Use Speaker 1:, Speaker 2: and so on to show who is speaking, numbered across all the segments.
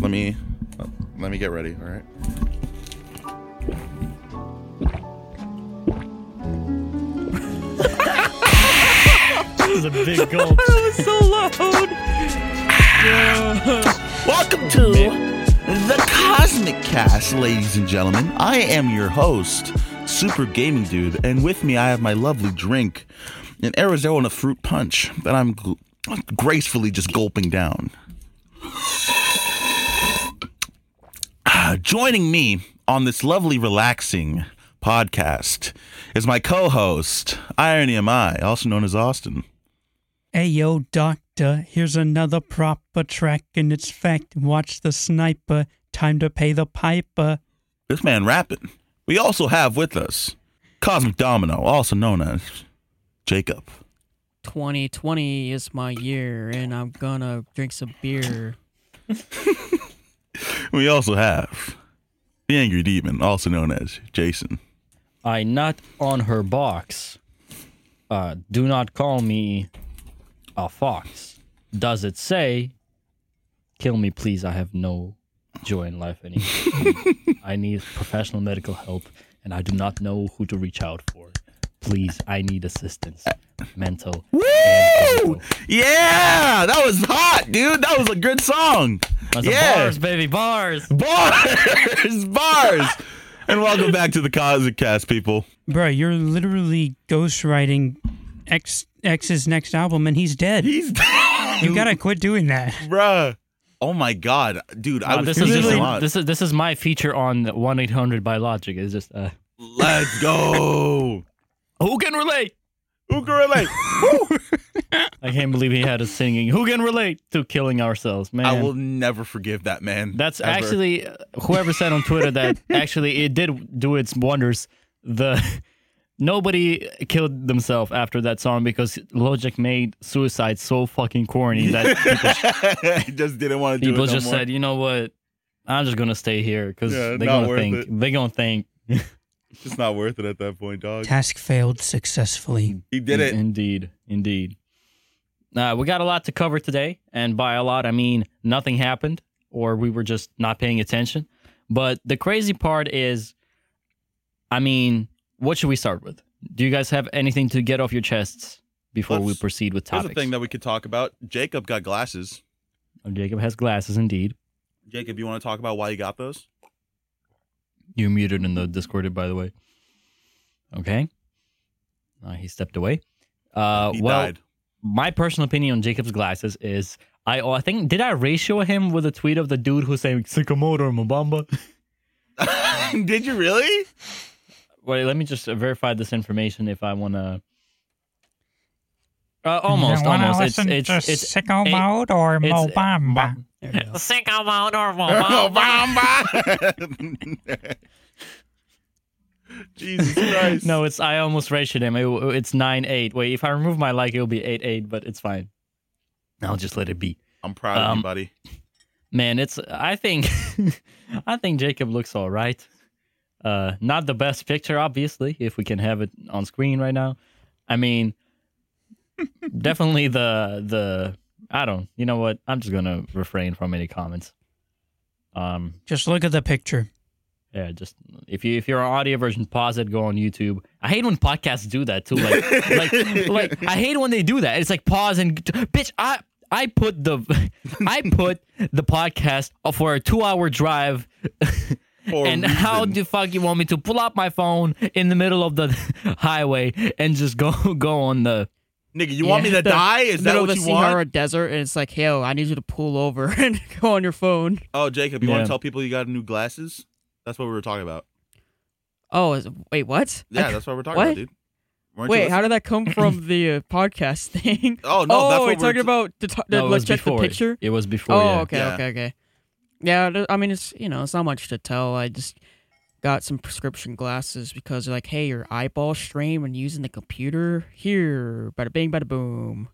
Speaker 1: Let me let me get ready. All right.
Speaker 2: That was a big gulp.
Speaker 3: was so loud.
Speaker 1: Welcome to the Cosmic Cast, ladies and gentlemen. I am your host, Super Gaming Dude, and with me I have my lovely drink, an Arizona fruit punch that I'm gl- gracefully just gulping down. Ah, Joining me on this lovely, relaxing podcast is my co-host, Irony Am I, also known as Austin.
Speaker 2: Hey, yo, doctor, here's another proper track, and it's fact. Watch the sniper. Time to pay the piper.
Speaker 1: This man rapping. We also have with us Cosmic Domino, also known as Jacob.
Speaker 3: 2020 is my year, and I'm gonna drink some beer.
Speaker 1: We also have the Angry Demon, also known as Jason.
Speaker 4: I nut on her box. Uh, do not call me a fox. Does it say, kill me, please? I have no joy in life anymore. I need professional medical help, and I do not know who to reach out for. Please, I need assistance, mental. and physical.
Speaker 1: Yeah, that was hot, dude. That was a good song.
Speaker 4: That's
Speaker 1: yeah,
Speaker 4: bars, baby, bars.
Speaker 1: bars, bars. and welcome back to the Cosmic Cast, people.
Speaker 2: Bruh, you're literally ghostwriting X X's next album, and he's dead.
Speaker 1: He's
Speaker 2: You gotta quit doing that.
Speaker 1: bruh. Oh my god, dude! I
Speaker 4: Uh,
Speaker 1: was
Speaker 4: this is
Speaker 1: thinking
Speaker 4: just
Speaker 1: a lot.
Speaker 4: this is this is my feature on one eight hundred by Logic. It's just uh,
Speaker 1: Let's go.
Speaker 4: who can relate?
Speaker 1: Who can relate?
Speaker 4: I can't believe he had us singing. Who can relate to killing ourselves, man?
Speaker 1: I will never forgive that man.
Speaker 4: That's
Speaker 1: ever.
Speaker 4: actually uh, whoever said on Twitter that actually it did do its wonders. The nobody killed themselves after that song because Logic made suicide so fucking corny that people,
Speaker 1: I just didn't want to do
Speaker 4: people
Speaker 1: it no
Speaker 4: just
Speaker 1: more.
Speaker 4: said, you know what, I'm just gonna stay here because
Speaker 1: Yeah,
Speaker 4: they're
Speaker 1: not
Speaker 4: gonna
Speaker 1: worth
Speaker 4: think
Speaker 1: it.
Speaker 4: they're gonna think
Speaker 1: It's just not worth it at that point, dog.
Speaker 2: Task failed successfully.
Speaker 1: He did it.
Speaker 4: Indeed, indeed. Uh, we got a lot to cover today, and by a lot I mean nothing happened, or we were just not paying attention. But the crazy part is, I mean, what should we start with? Do you guys have anything to get off your chests before we
Speaker 1: Let's-
Speaker 4: proceed with
Speaker 1: Here's
Speaker 4: topics?
Speaker 1: a thing that we could talk about. Jacob got glasses.
Speaker 4: Oh, Jacob has glasses, indeed.
Speaker 1: Jacob, you want to talk about why you got those?
Speaker 4: You're muted in the Discord, by the way. Okay. Uh, he stepped away. Uh,
Speaker 1: He
Speaker 4: well,
Speaker 1: died.
Speaker 4: my personal opinion on Jacob's glasses is I oh, I think did I ratio him with a tweet of the dude who's saying Sakamoto Mobamba?
Speaker 1: did you really?
Speaker 4: Wait, let me just uh, verify this information if I want to. Uh, almost, almost. It's it's it's, it's
Speaker 2: sicko
Speaker 4: it-
Speaker 2: mode or
Speaker 4: it's-
Speaker 2: Mobamba.
Speaker 1: Oh, Obama. Jesus Christ.
Speaker 4: no, it's I almost ratioed him. It- it's nine eight. Wait, if I remove my like, it'll be eight eight, but it's fine. I'll just let it be.
Speaker 1: I'm proud of
Speaker 4: Um,
Speaker 1: you, buddy.
Speaker 4: Man, it's I think I think Jacob looks all right. Uh not the best picture obviously, if we can have it on screen right now. I mean definitely the the I don't. You know what? I'm just going to refrain from any comments. Um
Speaker 2: Just look at the picture.
Speaker 4: yeah, just if you if you're on audio version, pause it, go on YouTube. I hate when podcasts do that too. Like like like I hate when they do that. It's like pause and bitch, I I put the I put the podcast for a two hour drive
Speaker 1: For a
Speaker 4: and how
Speaker 1: reason.
Speaker 4: the fuck you want me to pull out my phone in the middle of the highway and just go go on the
Speaker 1: Nigga, you want me to
Speaker 3: the
Speaker 1: die? Is that
Speaker 3: Middle
Speaker 1: what
Speaker 3: of the
Speaker 1: you want?
Speaker 3: Sahara Desert, and it's like, hey, yo, I need you to pull over and go on your phone.
Speaker 1: Oh, Jacob, you want
Speaker 4: Yeah.
Speaker 1: to tell people you got new glasses? That's what we were talking about.
Speaker 3: Oh, is, wait, what?
Speaker 1: Yeah,
Speaker 3: I-
Speaker 1: that's what we're talking
Speaker 3: What?
Speaker 1: about, dude. Weren't you
Speaker 3: wait,
Speaker 1: listening?
Speaker 3: how did that come from the uh, podcast thing?
Speaker 1: Oh no, that's
Speaker 3: oh,
Speaker 1: what
Speaker 3: we're
Speaker 1: we're
Speaker 3: talking about. The to- the,
Speaker 4: No, it
Speaker 3: let's
Speaker 4: was
Speaker 3: check
Speaker 4: before.
Speaker 3: the picture.
Speaker 4: It was before.
Speaker 3: Oh,
Speaker 4: yeah.
Speaker 3: okay,
Speaker 1: Yeah.
Speaker 3: okay, okay. Yeah, th- I mean, it's you know, it's not much to tell. I just got some prescription glasses because they're like, hey, your eyeball strain when using the computer. Here, bada bing, bada boom.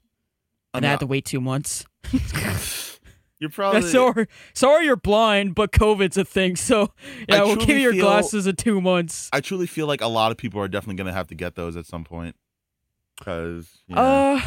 Speaker 1: I'm
Speaker 3: and I
Speaker 1: not-
Speaker 3: had to wait two months.
Speaker 1: You're probably
Speaker 3: sorry, sorry, you're blind, but COVID's a thing. So
Speaker 1: I
Speaker 3: yeah, we'll give you
Speaker 1: truly
Speaker 3: your
Speaker 1: feel-
Speaker 3: glasses in two months.
Speaker 1: I truly feel like a lot of people are definitely going to have to get those at some point. Because
Speaker 3: Uh,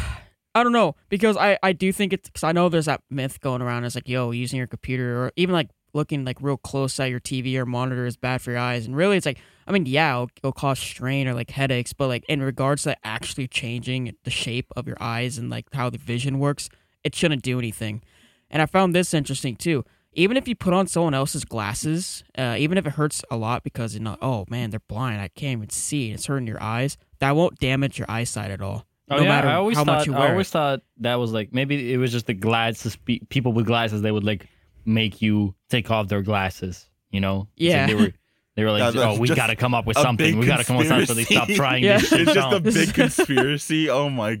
Speaker 3: I don't know because I I do think it's because I know there's that myth going around. It's like yo, using your computer or even like looking like real close at your TV or monitor is bad for your eyes. And really, it's like I mean, yeah, it'll, it'll cause strain or like headaches, but like in regards to actually changing the shape of your eyes and like how the vision works, it shouldn't do anything. And I found this interesting too. Even if you put on someone else's glasses, uh, even if it hurts a lot because you know, oh man, they're blind, I can't even see, it's hurting your eyes. That won't damage your eyesight at all.
Speaker 4: Oh,
Speaker 3: no
Speaker 4: yeah,
Speaker 3: matter
Speaker 4: I always
Speaker 3: how
Speaker 4: thought,
Speaker 3: much you
Speaker 4: I
Speaker 3: wear.
Speaker 4: always thought that was like maybe it was just the glasses pe- people with glasses. They would like make you take off their glasses. You know? It's like
Speaker 3: Yeah.
Speaker 4: they were they were
Speaker 1: That-
Speaker 4: like,
Speaker 1: that's
Speaker 4: oh, we
Speaker 1: just
Speaker 4: gotta come up with
Speaker 1: a
Speaker 4: something.
Speaker 1: big
Speaker 4: We gotta come up with something. So they stop
Speaker 1: conspiracy.
Speaker 4: trying
Speaker 3: Yeah.
Speaker 4: this shit.
Speaker 1: It's just a
Speaker 4: down.
Speaker 1: big conspiracy. Oh my god.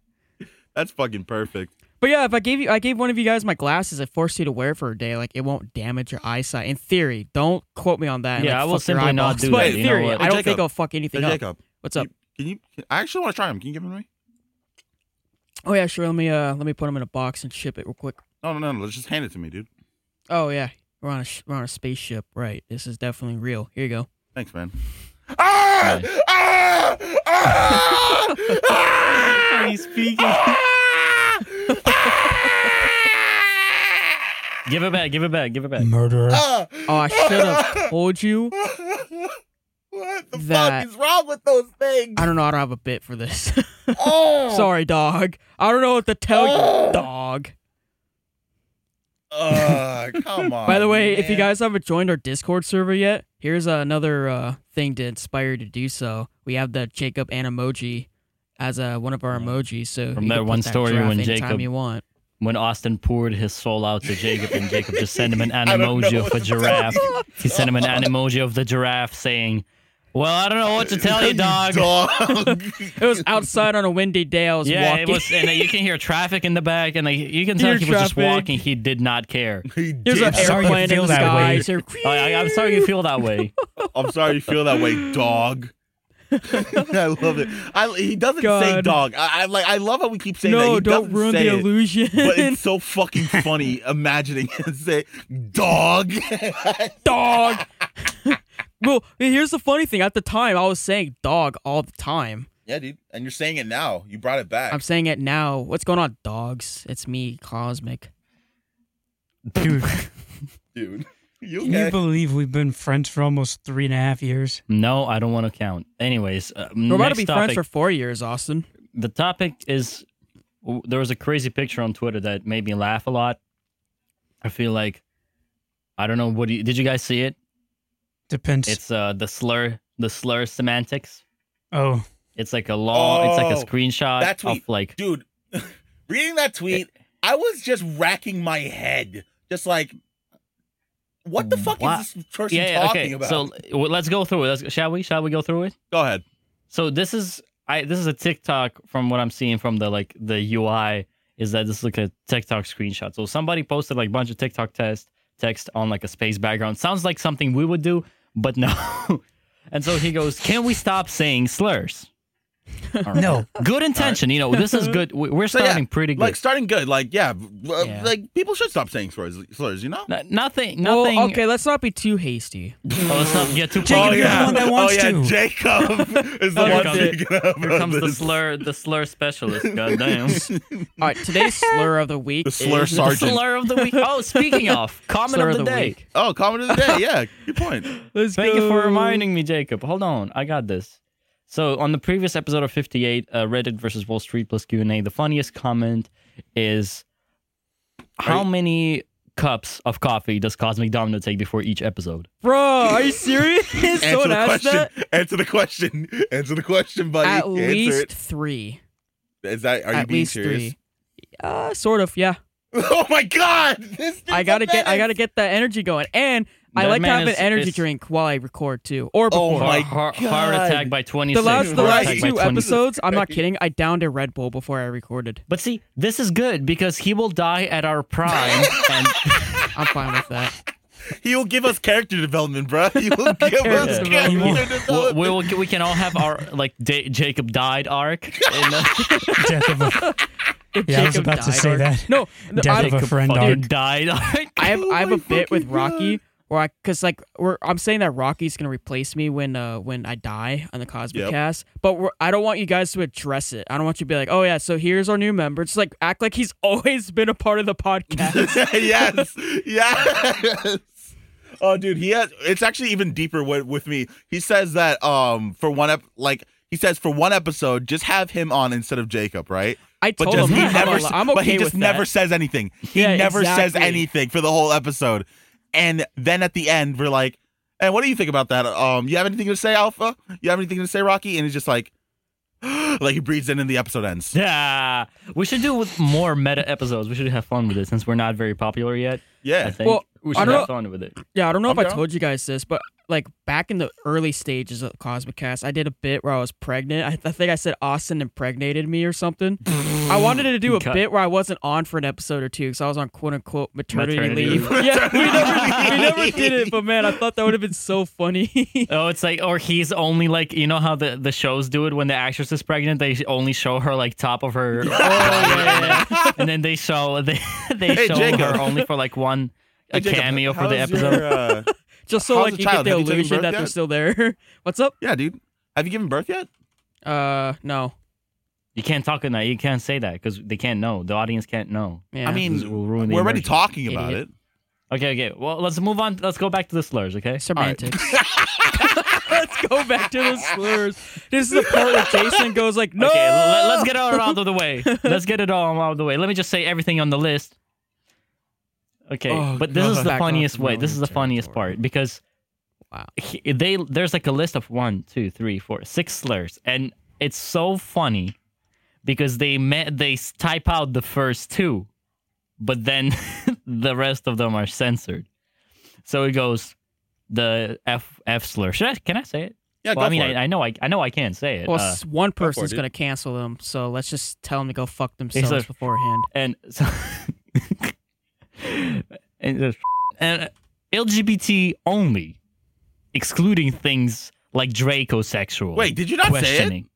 Speaker 3: Yeah.
Speaker 1: That's fucking perfect.
Speaker 3: But yeah, if I gave you, I gave one of you guys my glasses. I forced you to wear it for a day. Like it won't damage your eyesight. In theory, don't quote me on that. and,
Speaker 4: Yeah,
Speaker 3: like,
Speaker 4: I will
Speaker 3: fuck your
Speaker 4: simply not
Speaker 3: eyeballs.
Speaker 4: do
Speaker 3: But
Speaker 4: that,
Speaker 3: in
Speaker 4: you know
Speaker 3: theory,
Speaker 4: what?
Speaker 3: I don't
Speaker 1: Jacob.
Speaker 3: think I'll fuck anything
Speaker 1: Hey,
Speaker 3: up.
Speaker 1: Jacob,
Speaker 3: What's up?
Speaker 1: can you? I actually want to try them. Can you give them to me?
Speaker 3: Oh yeah, sure. Let me uh, let me put them in a box and ship it real quick.
Speaker 1: No, no, no, no. Just hand it to me, dude.
Speaker 3: Oh yeah, we're on a sh- we're on a spaceship, right? This is definitely real. Here you go.
Speaker 1: Thanks, man. Ah! Ah! Ah! Ah!
Speaker 4: He's speaking. give it back. Give it back. Give it back.
Speaker 2: Murderer.
Speaker 1: Ah!
Speaker 3: Oh, I should have told you.
Speaker 1: What the
Speaker 3: That-
Speaker 1: fuck is wrong with those things?
Speaker 3: I don't know. I don't have a bit for this.
Speaker 1: Oh!
Speaker 3: Sorry, dog. I don't know what to tell you, dog.
Speaker 1: Ugh, Ah, come on.
Speaker 3: By the way, if you
Speaker 1: Oh, man.
Speaker 3: guys haven't joined our Discord server yet, here's uh, another uh, thing to inspire you to do so. We have the Jacob and emoji as uh, one of our emojis. So
Speaker 4: From
Speaker 3: you
Speaker 4: that
Speaker 3: can put
Speaker 4: one story
Speaker 3: giraffe
Speaker 4: when
Speaker 3: anytime
Speaker 4: Jacob-
Speaker 3: you want.
Speaker 4: When Austin poured his soul out to Jacob, and Jacob just sent him an
Speaker 1: I don't know
Speaker 4: emoji of
Speaker 1: what
Speaker 4: a
Speaker 1: to tell
Speaker 4: giraffe.
Speaker 1: you.
Speaker 4: He sent him an emoji of the giraffe saying, "Well, I don't know what to tell you, dog."
Speaker 1: Dog.
Speaker 3: It was outside on a windy day. I was
Speaker 4: yeah,
Speaker 3: walking.
Speaker 4: it was, and uh, you can hear traffic in the back, and like, you can tell
Speaker 3: Ear
Speaker 4: he was just
Speaker 3: traffic.
Speaker 4: walking. He did not care.
Speaker 1: He did.
Speaker 3: Here's an
Speaker 2: I'm sorry you
Speaker 3: airplane in
Speaker 2: feel
Speaker 3: the
Speaker 2: that
Speaker 3: sky.
Speaker 2: way.
Speaker 3: Here's your-
Speaker 4: Oh, I, I'm sorry you feel that way.
Speaker 1: I'm sorry you feel that way, dog. I love it. I, he doesn't say
Speaker 3: God.
Speaker 1: dog. I, I like. I love how we keep saying that.
Speaker 3: no,
Speaker 1: He
Speaker 3: don't
Speaker 1: doesn't
Speaker 3: ruin
Speaker 1: say
Speaker 3: the
Speaker 1: it, But
Speaker 3: illusion,
Speaker 1: it's so fucking funny imagining and say dog.
Speaker 3: dog. well, here's the funny thing. At the time, I was saying dog all the time.
Speaker 1: yeah, dude. And you're saying it now. You brought it back.
Speaker 3: I'm saying it now. What's going on, dogs? It's me, Cosmic.
Speaker 2: Dude,
Speaker 1: dude. You
Speaker 2: can you believe we've been friends for almost three and a half years?
Speaker 4: No, I don't want to count. Anyways, uh,
Speaker 3: We're about to
Speaker 4: next
Speaker 3: be
Speaker 4: topic.
Speaker 3: friends for four years, Austin.
Speaker 4: the topic is w- there was a crazy picture on Twitter that made me laugh a lot. I feel like I don't know what do you, did you guys see it?
Speaker 2: Depends.
Speaker 4: It's uh the slur the slur semantics.
Speaker 2: oh,
Speaker 4: It's like a long. it's like
Speaker 1: Oh,
Speaker 4: a screenshot
Speaker 1: that tweet.
Speaker 4: of like
Speaker 1: dude. reading that tweet, I was just racking my head, just like, what the fuck
Speaker 4: What?
Speaker 1: is this person
Speaker 4: yeah, yeah,
Speaker 1: talking
Speaker 4: okay.
Speaker 1: about?
Speaker 4: So well, let's go through it. Let's, shall we? Shall we go through it?
Speaker 1: Go ahead.
Speaker 4: So this is I this is a TikTok from what I'm seeing from the like the UI is that this is like a TikTok screenshot. So somebody posted like a bunch of TikTok test text on like a space background. Sounds like something we would do, but no. and so he goes, "Can we stop saying slurs?" All right.
Speaker 2: no.
Speaker 4: Good intention, you know. This is good. We- We're
Speaker 1: So, yeah,
Speaker 4: starting pretty good.
Speaker 1: Like starting good. Like yeah, b- uh,
Speaker 4: Yeah.
Speaker 1: like people should stop saying slurs. Slurs, you know.
Speaker 4: N- nothing. Nothing.
Speaker 3: Well, okay, let's not be too hasty.
Speaker 4: Oh, let's not get too.
Speaker 2: Jacob, Oh, you're the yeah. one that wants
Speaker 1: oh, yeah.
Speaker 2: to.
Speaker 1: Jacob is the
Speaker 4: Here
Speaker 1: one
Speaker 4: comes-
Speaker 1: thinking
Speaker 4: Here comes the slur. The slur specialist. Goddamn.
Speaker 3: All right, today's slur of the week.
Speaker 1: The slur
Speaker 3: is-
Speaker 1: sergeant.
Speaker 4: Slur of the week. Oh, speaking of, comment
Speaker 3: Slur
Speaker 4: of
Speaker 3: of
Speaker 4: the,
Speaker 3: the
Speaker 4: day.
Speaker 3: week.
Speaker 1: Oh, comment of the day. Yeah, good point.
Speaker 3: Let's
Speaker 4: Thank
Speaker 3: go.
Speaker 4: you for reminding me, Jacob. Hold on, I got this. So on the previous episode of 58, uh, Reddit versus Wall Street plus Q and A, the funniest comment is, "How many cups of coffee does Cosmic Domino take before each episode?"
Speaker 3: Bro, are you serious?
Speaker 1: Answer
Speaker 3: Someone
Speaker 1: the
Speaker 3: asked
Speaker 1: question.
Speaker 3: that.
Speaker 1: Answer the question. Answer the question, buddy.
Speaker 3: At
Speaker 1: Answer
Speaker 3: least
Speaker 1: it.
Speaker 3: three.
Speaker 1: Is that are you
Speaker 3: At
Speaker 1: being
Speaker 3: least
Speaker 1: serious?
Speaker 3: three. Uh, sort of, yeah.
Speaker 1: Oh my God! This dude's
Speaker 3: I
Speaker 1: a
Speaker 3: gotta get, I
Speaker 1: menace.
Speaker 3: gotta get that energy going, and I
Speaker 4: That
Speaker 3: like to
Speaker 4: man
Speaker 3: have an
Speaker 4: is-
Speaker 3: energy
Speaker 4: is-
Speaker 3: drink while I record too, or
Speaker 1: Oh
Speaker 3: before.
Speaker 1: my
Speaker 4: heart,
Speaker 1: God.
Speaker 4: attack by 26.
Speaker 3: the last, the
Speaker 4: heart
Speaker 3: last
Speaker 4: attack by
Speaker 3: two
Speaker 4: 20.
Speaker 3: episodes, I'm not
Speaker 1: Christ.
Speaker 3: kidding. I downed a Red Bull before I recorded.
Speaker 4: But see, this is good because he will die at our prime, and
Speaker 3: I'm fine with that.
Speaker 1: He will give us character development, bro. He will give us
Speaker 3: development.
Speaker 1: character
Speaker 2: We'll-
Speaker 1: development.
Speaker 4: we'll, we'll, we can all have our like da- Jacob died arc. In the-
Speaker 2: Death of a, yeah, I was
Speaker 3: Jacob
Speaker 2: about to
Speaker 3: died
Speaker 2: say
Speaker 3: or-
Speaker 2: that.
Speaker 3: No, no,
Speaker 2: Death
Speaker 3: I-
Speaker 2: of a friend
Speaker 4: fucking
Speaker 2: arc.
Speaker 4: died arc.
Speaker 3: I have
Speaker 1: Oh
Speaker 3: I have
Speaker 1: my
Speaker 3: a bit with
Speaker 1: fucking
Speaker 3: Rocky Or I, cause like we're, I'm saying that Rocky's gonna replace me when, uh, when I die on the Cosmic
Speaker 1: Yep.
Speaker 3: Cast. But we're, I don't want you guys to address it. I don't want you to be like, oh yeah, so here's our new member. It's like act like he's always been a part of the podcast.
Speaker 1: yes, yes. Oh, dude, he has. It's actually even deeper with, with me. He says that um for one ep- like he says for one episode, just have him on instead of Jacob, right?
Speaker 3: I
Speaker 1: But
Speaker 3: told
Speaker 1: just
Speaker 3: him
Speaker 1: he
Speaker 3: that.
Speaker 1: never,
Speaker 3: I'm,
Speaker 1: s-
Speaker 3: al- I'm okay
Speaker 1: but he just
Speaker 3: with
Speaker 1: never
Speaker 3: that.
Speaker 1: says anything. He
Speaker 3: Yeah,
Speaker 1: never says
Speaker 3: exactly.
Speaker 1: anything for the whole episode, and then at the end we're like, "And what do you think about that? Um, you have anything to say, Alpha? You have anything to say, Rocky?" And he's just like, like he breathes in, and the episode ends.
Speaker 4: Yeah, we should do with more meta episodes. We should have fun with it since we're not very popular yet. I
Speaker 1: Yeah,
Speaker 4: think
Speaker 3: Well,
Speaker 4: we
Speaker 3: I
Speaker 4: should
Speaker 3: don't
Speaker 4: have
Speaker 3: know-
Speaker 4: fun with it.
Speaker 3: Yeah, I don't know
Speaker 1: I'm
Speaker 3: if I
Speaker 1: down.
Speaker 3: told you guys this, but like back in the early stages of Cosmic Cast, I did a bit where I was pregnant. I, I think I said Austin impregnated me or something. I wanted to do a
Speaker 4: Cut.
Speaker 3: bit where I wasn't on for an episode or two because I was on quote unquote maternity,
Speaker 4: Maternity
Speaker 3: leave. yeah, we never, we never did it, but man, I thought that would have been so funny.
Speaker 4: Oh, it's like, or he's only like, you know how the, the shows do it when the actress is pregnant, they only show her like top of her, and then they show they they
Speaker 1: Hey,
Speaker 4: show
Speaker 1: Jacob.
Speaker 4: her only for like one a
Speaker 1: Hey, Jacob,
Speaker 4: cameo for the
Speaker 1: how's
Speaker 4: episode.
Speaker 1: your, uh,
Speaker 3: Just so
Speaker 1: How's
Speaker 3: like
Speaker 1: the
Speaker 3: you
Speaker 1: child?
Speaker 3: get the
Speaker 1: Have you taken
Speaker 3: illusion
Speaker 1: birth
Speaker 3: that they're
Speaker 1: yet?
Speaker 3: still there. What's up?
Speaker 1: yeah, dude. Have you given birth yet?
Speaker 3: Uh, no.
Speaker 4: You can't talk in that. You can't say that because they can't know. The audience can't know.
Speaker 3: Yeah.
Speaker 1: I mean,
Speaker 4: This will ruin the
Speaker 1: we're already
Speaker 4: immersion.
Speaker 1: talking about
Speaker 3: Idiot.
Speaker 4: Okay, okay. Well, let's move on. Let's go back to the slurs. Okay.
Speaker 3: semantics. Let's go back to the slurs. This is the part where Jason goes like, "No,
Speaker 4: Okay, let, let's get it all out of the way. Let's get it all out of the way. Let me just say everything on the list. Okay,
Speaker 1: Oh,
Speaker 4: but this is
Speaker 1: God.
Speaker 4: the
Speaker 3: Back on
Speaker 4: funniest way. This is the
Speaker 3: familiar
Speaker 4: funniest
Speaker 3: territory.
Speaker 4: part because
Speaker 3: Wow.
Speaker 4: he- they there's like a list of one, two, three, four, six slurs, and it's so funny because they met they s- type out the first two, but then the rest of them are censored. So it goes the F F slur. Should I? Can I say it?
Speaker 1: Yeah,
Speaker 4: well,
Speaker 1: go
Speaker 4: I mean,
Speaker 1: for it.
Speaker 4: I, I know I I know I can't say it.
Speaker 3: Well,
Speaker 4: uh,
Speaker 3: s one person's
Speaker 1: dude.
Speaker 3: gonna cancel them, so let's just tell them to go fuck themselves
Speaker 4: like-
Speaker 3: beforehand.
Speaker 4: and so and, there's- and LGBT only, excluding things like Dracosexual.
Speaker 1: Wait, did you not say it?
Speaker 4: questioning.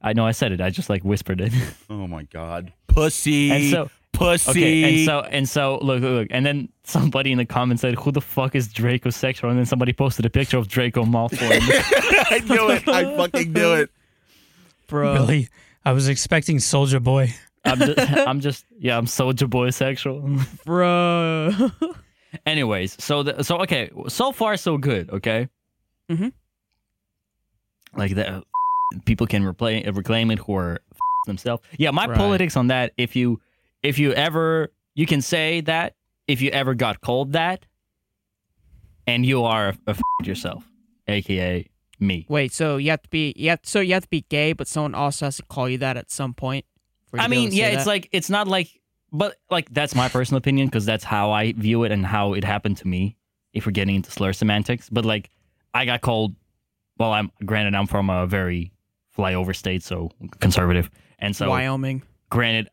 Speaker 4: I know I said it. I just like whispered it.
Speaker 1: Oh my god, pussy,
Speaker 4: And so
Speaker 1: pussy.
Speaker 4: okay, and so and so look, look, look, and then somebody in the comments said, "Who the fuck is Dracosexual?" And then somebody posted a picture of Draco Malfoy.
Speaker 1: I knew it. I fucking knew it.
Speaker 3: Bro,
Speaker 2: Really? I was expecting Soldier Boy.
Speaker 4: I'm just, I'm just, yeah, I'm Soldier Boy sexual.
Speaker 3: bro.
Speaker 4: Anyways, so the, so okay, so far so good. Okay.
Speaker 3: Mhm.
Speaker 4: Like that, people can replay, reclaim it for themselves. Yeah, my
Speaker 3: Right.
Speaker 4: politics on that. If you if you ever you can say that if you ever got called that, and you are a, f- yourself, aka me.
Speaker 3: Wait, so you have to be yeah, so you have to be gay, but someone also has to call you that at some point. for you
Speaker 4: I
Speaker 3: to be able
Speaker 4: mean,
Speaker 3: to say
Speaker 4: yeah, it's
Speaker 3: that?
Speaker 4: like it's not like, but like that's my personal opinion because that's how I view it and how it happened to me. If we're getting into slur semantics, but like I got called. Well, I'm granted I'm from a very flyover state, so conservative, and so
Speaker 3: Wyoming.
Speaker 4: granted,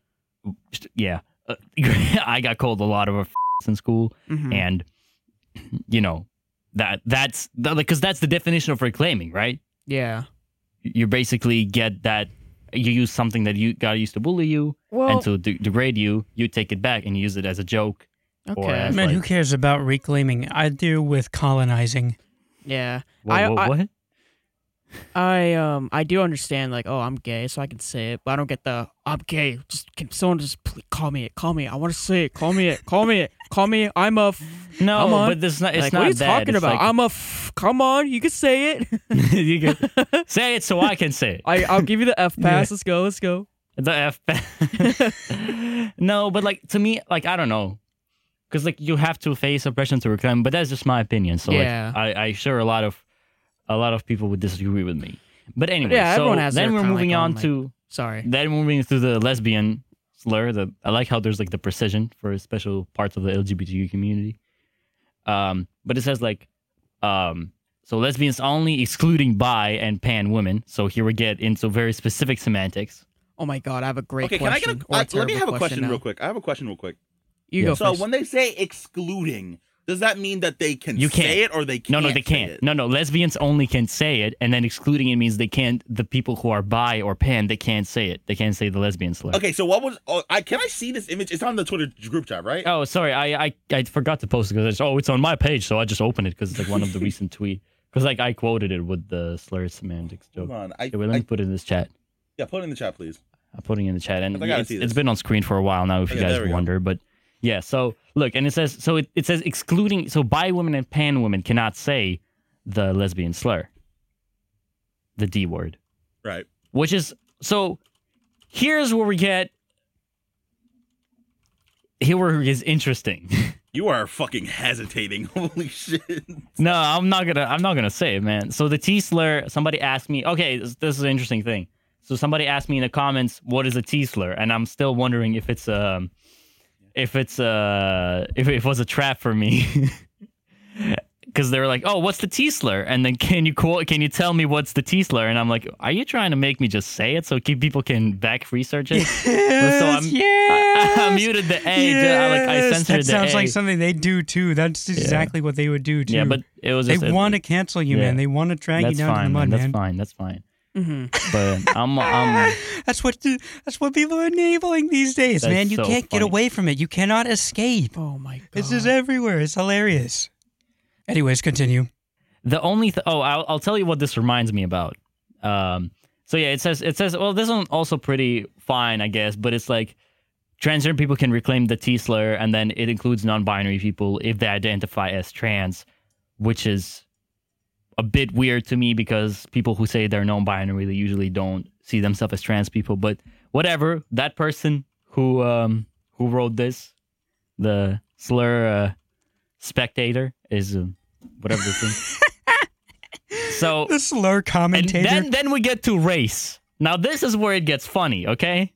Speaker 4: yeah, uh, I got called a lot of a in school,
Speaker 3: Mhm.
Speaker 4: and you know that that's that, like because that's the definition of reclaiming, right?
Speaker 3: Yeah.
Speaker 4: You basically get that you use something that you got used to bully you
Speaker 3: Well,
Speaker 4: and to de- degrade you, you take it back and use it as a joke. or
Speaker 3: okay.
Speaker 4: as-
Speaker 2: Man,
Speaker 4: like-
Speaker 2: who cares about reclaiming? I do with colonizing.
Speaker 3: yeah.
Speaker 4: Whoa,
Speaker 3: I-
Speaker 4: whoa,
Speaker 3: I-
Speaker 4: what?
Speaker 3: I um I do understand like oh I'm gay so I can say it but I don't get the I'm gay just can someone just please call me it call me it. I want to say it call me it call me it call me it. I'm a f-
Speaker 4: No,
Speaker 3: come on.
Speaker 4: but this is not, it's
Speaker 3: like,
Speaker 4: not
Speaker 3: what are you
Speaker 4: that.
Speaker 3: talking
Speaker 4: It's
Speaker 3: about
Speaker 4: like-
Speaker 3: I'm a f- come on you can say it
Speaker 4: You can- say it so I can say it.
Speaker 3: I I'll give you the F pass let's go let's go
Speaker 4: The F. no, but like to me, like I don't know, because like you have to face oppression to reclaim. But that's just my opinion. So
Speaker 3: Yeah.
Speaker 4: like I, I sure a lot of a lot of people would disagree with me. But anyway,
Speaker 3: Yeah,
Speaker 4: so
Speaker 3: everyone has
Speaker 4: then
Speaker 3: their
Speaker 4: we're
Speaker 3: kinda, like,
Speaker 4: moving
Speaker 3: own,
Speaker 4: on
Speaker 3: like-
Speaker 4: to
Speaker 3: sorry
Speaker 4: then moving to the lesbian slur. The I like how there's like the precision for special parts of the LGBTQ community. Um, but it says like, um, so lesbians only, excluding bi and pan women. So here we get into very specific semantics.
Speaker 3: oh my god I have a great
Speaker 1: Okay,
Speaker 3: question
Speaker 1: can
Speaker 3: or a
Speaker 1: I get a? uh, let me
Speaker 3: terrible
Speaker 1: have a question,
Speaker 3: now.
Speaker 1: real quick. I have a question real quick.
Speaker 3: you
Speaker 4: Yeah.
Speaker 3: go
Speaker 1: So
Speaker 3: first
Speaker 1: when they say excluding, Does that mean that they can
Speaker 4: You can't.
Speaker 1: say it or they can't?
Speaker 4: No, no, they
Speaker 1: say
Speaker 4: can't.
Speaker 1: it?
Speaker 4: No, no, lesbians only can say it, and then excluding it means they can't. The people who are bi or pan, they can't say it. They can't say the lesbian slur.
Speaker 1: Okay, so what was? Oh, I can I see this image? It's on the Twitter group chat, right?
Speaker 4: Oh, sorry, I I, I forgot to post it because oh, it's on my page, so I just opened it because it's like one of the recent tweet. Because like I quoted it with the slur semantics joke.
Speaker 1: Hold on, I,
Speaker 4: Okay, wait, let
Speaker 1: I-
Speaker 4: me put it in this chat.
Speaker 1: yeah, put it in the chat, please.
Speaker 4: I'm putting it in the chat, and
Speaker 1: I gotta
Speaker 4: it's,
Speaker 1: see
Speaker 4: it's
Speaker 1: this.
Speaker 4: been on screen for a while now. If you
Speaker 1: Okay,
Speaker 4: guys
Speaker 1: there we go.
Speaker 4: wonder, but yeah, so look, and it says so it, it says excluding so bi women and pan women cannot say the lesbian slur, the D word,
Speaker 1: Right.
Speaker 4: which is so. Here's where we get here where it gets interesting.
Speaker 1: You are fucking hesitating. Holy shit.
Speaker 4: No, I'm not gonna. I'm not gonna say it, man. So the T slur. Somebody asked me. Okay, this, this is an interesting thing. So somebody asked me in the comments, "What is a T slur?" And I'm still wondering if it's um, if it's uh, if it was a trap for me, because they were like, "Oh, what's the T slur?" And then can you quote? Can you tell me what's the T slur? And I'm like, "Are you trying to make me just say it so keep, people can back research it?" so I'm,
Speaker 2: yes,
Speaker 4: I, I muted the A. I, like I
Speaker 2: yes.
Speaker 4: censored
Speaker 2: That
Speaker 4: the
Speaker 2: sounds
Speaker 4: A.
Speaker 2: like something they do too. That's exactly what they would do too.
Speaker 4: yeah, but it was
Speaker 2: they
Speaker 4: just it-
Speaker 2: want to cancel you, man.
Speaker 4: yeah.
Speaker 2: They want to drag you
Speaker 4: That's
Speaker 2: down
Speaker 4: fine.
Speaker 2: to the mud,
Speaker 4: that's
Speaker 2: man.
Speaker 4: fine. That's fine.
Speaker 3: hmm
Speaker 4: But I'm, I'm
Speaker 2: That's what the- that's what people are enabling these days,
Speaker 4: That's
Speaker 2: man. You
Speaker 4: so
Speaker 2: can't get
Speaker 4: funny.
Speaker 2: away from it. You cannot escape.
Speaker 3: Oh my god.
Speaker 2: This is everywhere. It's hilarious. Anyways, continue.
Speaker 4: the only. Th- oh, I'll, I'll tell you what this reminds me about. Um, so yeah, it says it says. Well, this one's also pretty fine, I guess. But it's like transgender people can reclaim the T slur, and then it includes non-binary people if they identify as trans, which is a bit weird to me because people who say they're non-binary they usually don't see themselves as trans people. But whatever, that person who um, who wrote this, the slur uh, spectator is um whatever the thing. so
Speaker 2: The slur
Speaker 4: and
Speaker 2: commentator.
Speaker 4: then then we get to race. Now this is where it gets funny, okay?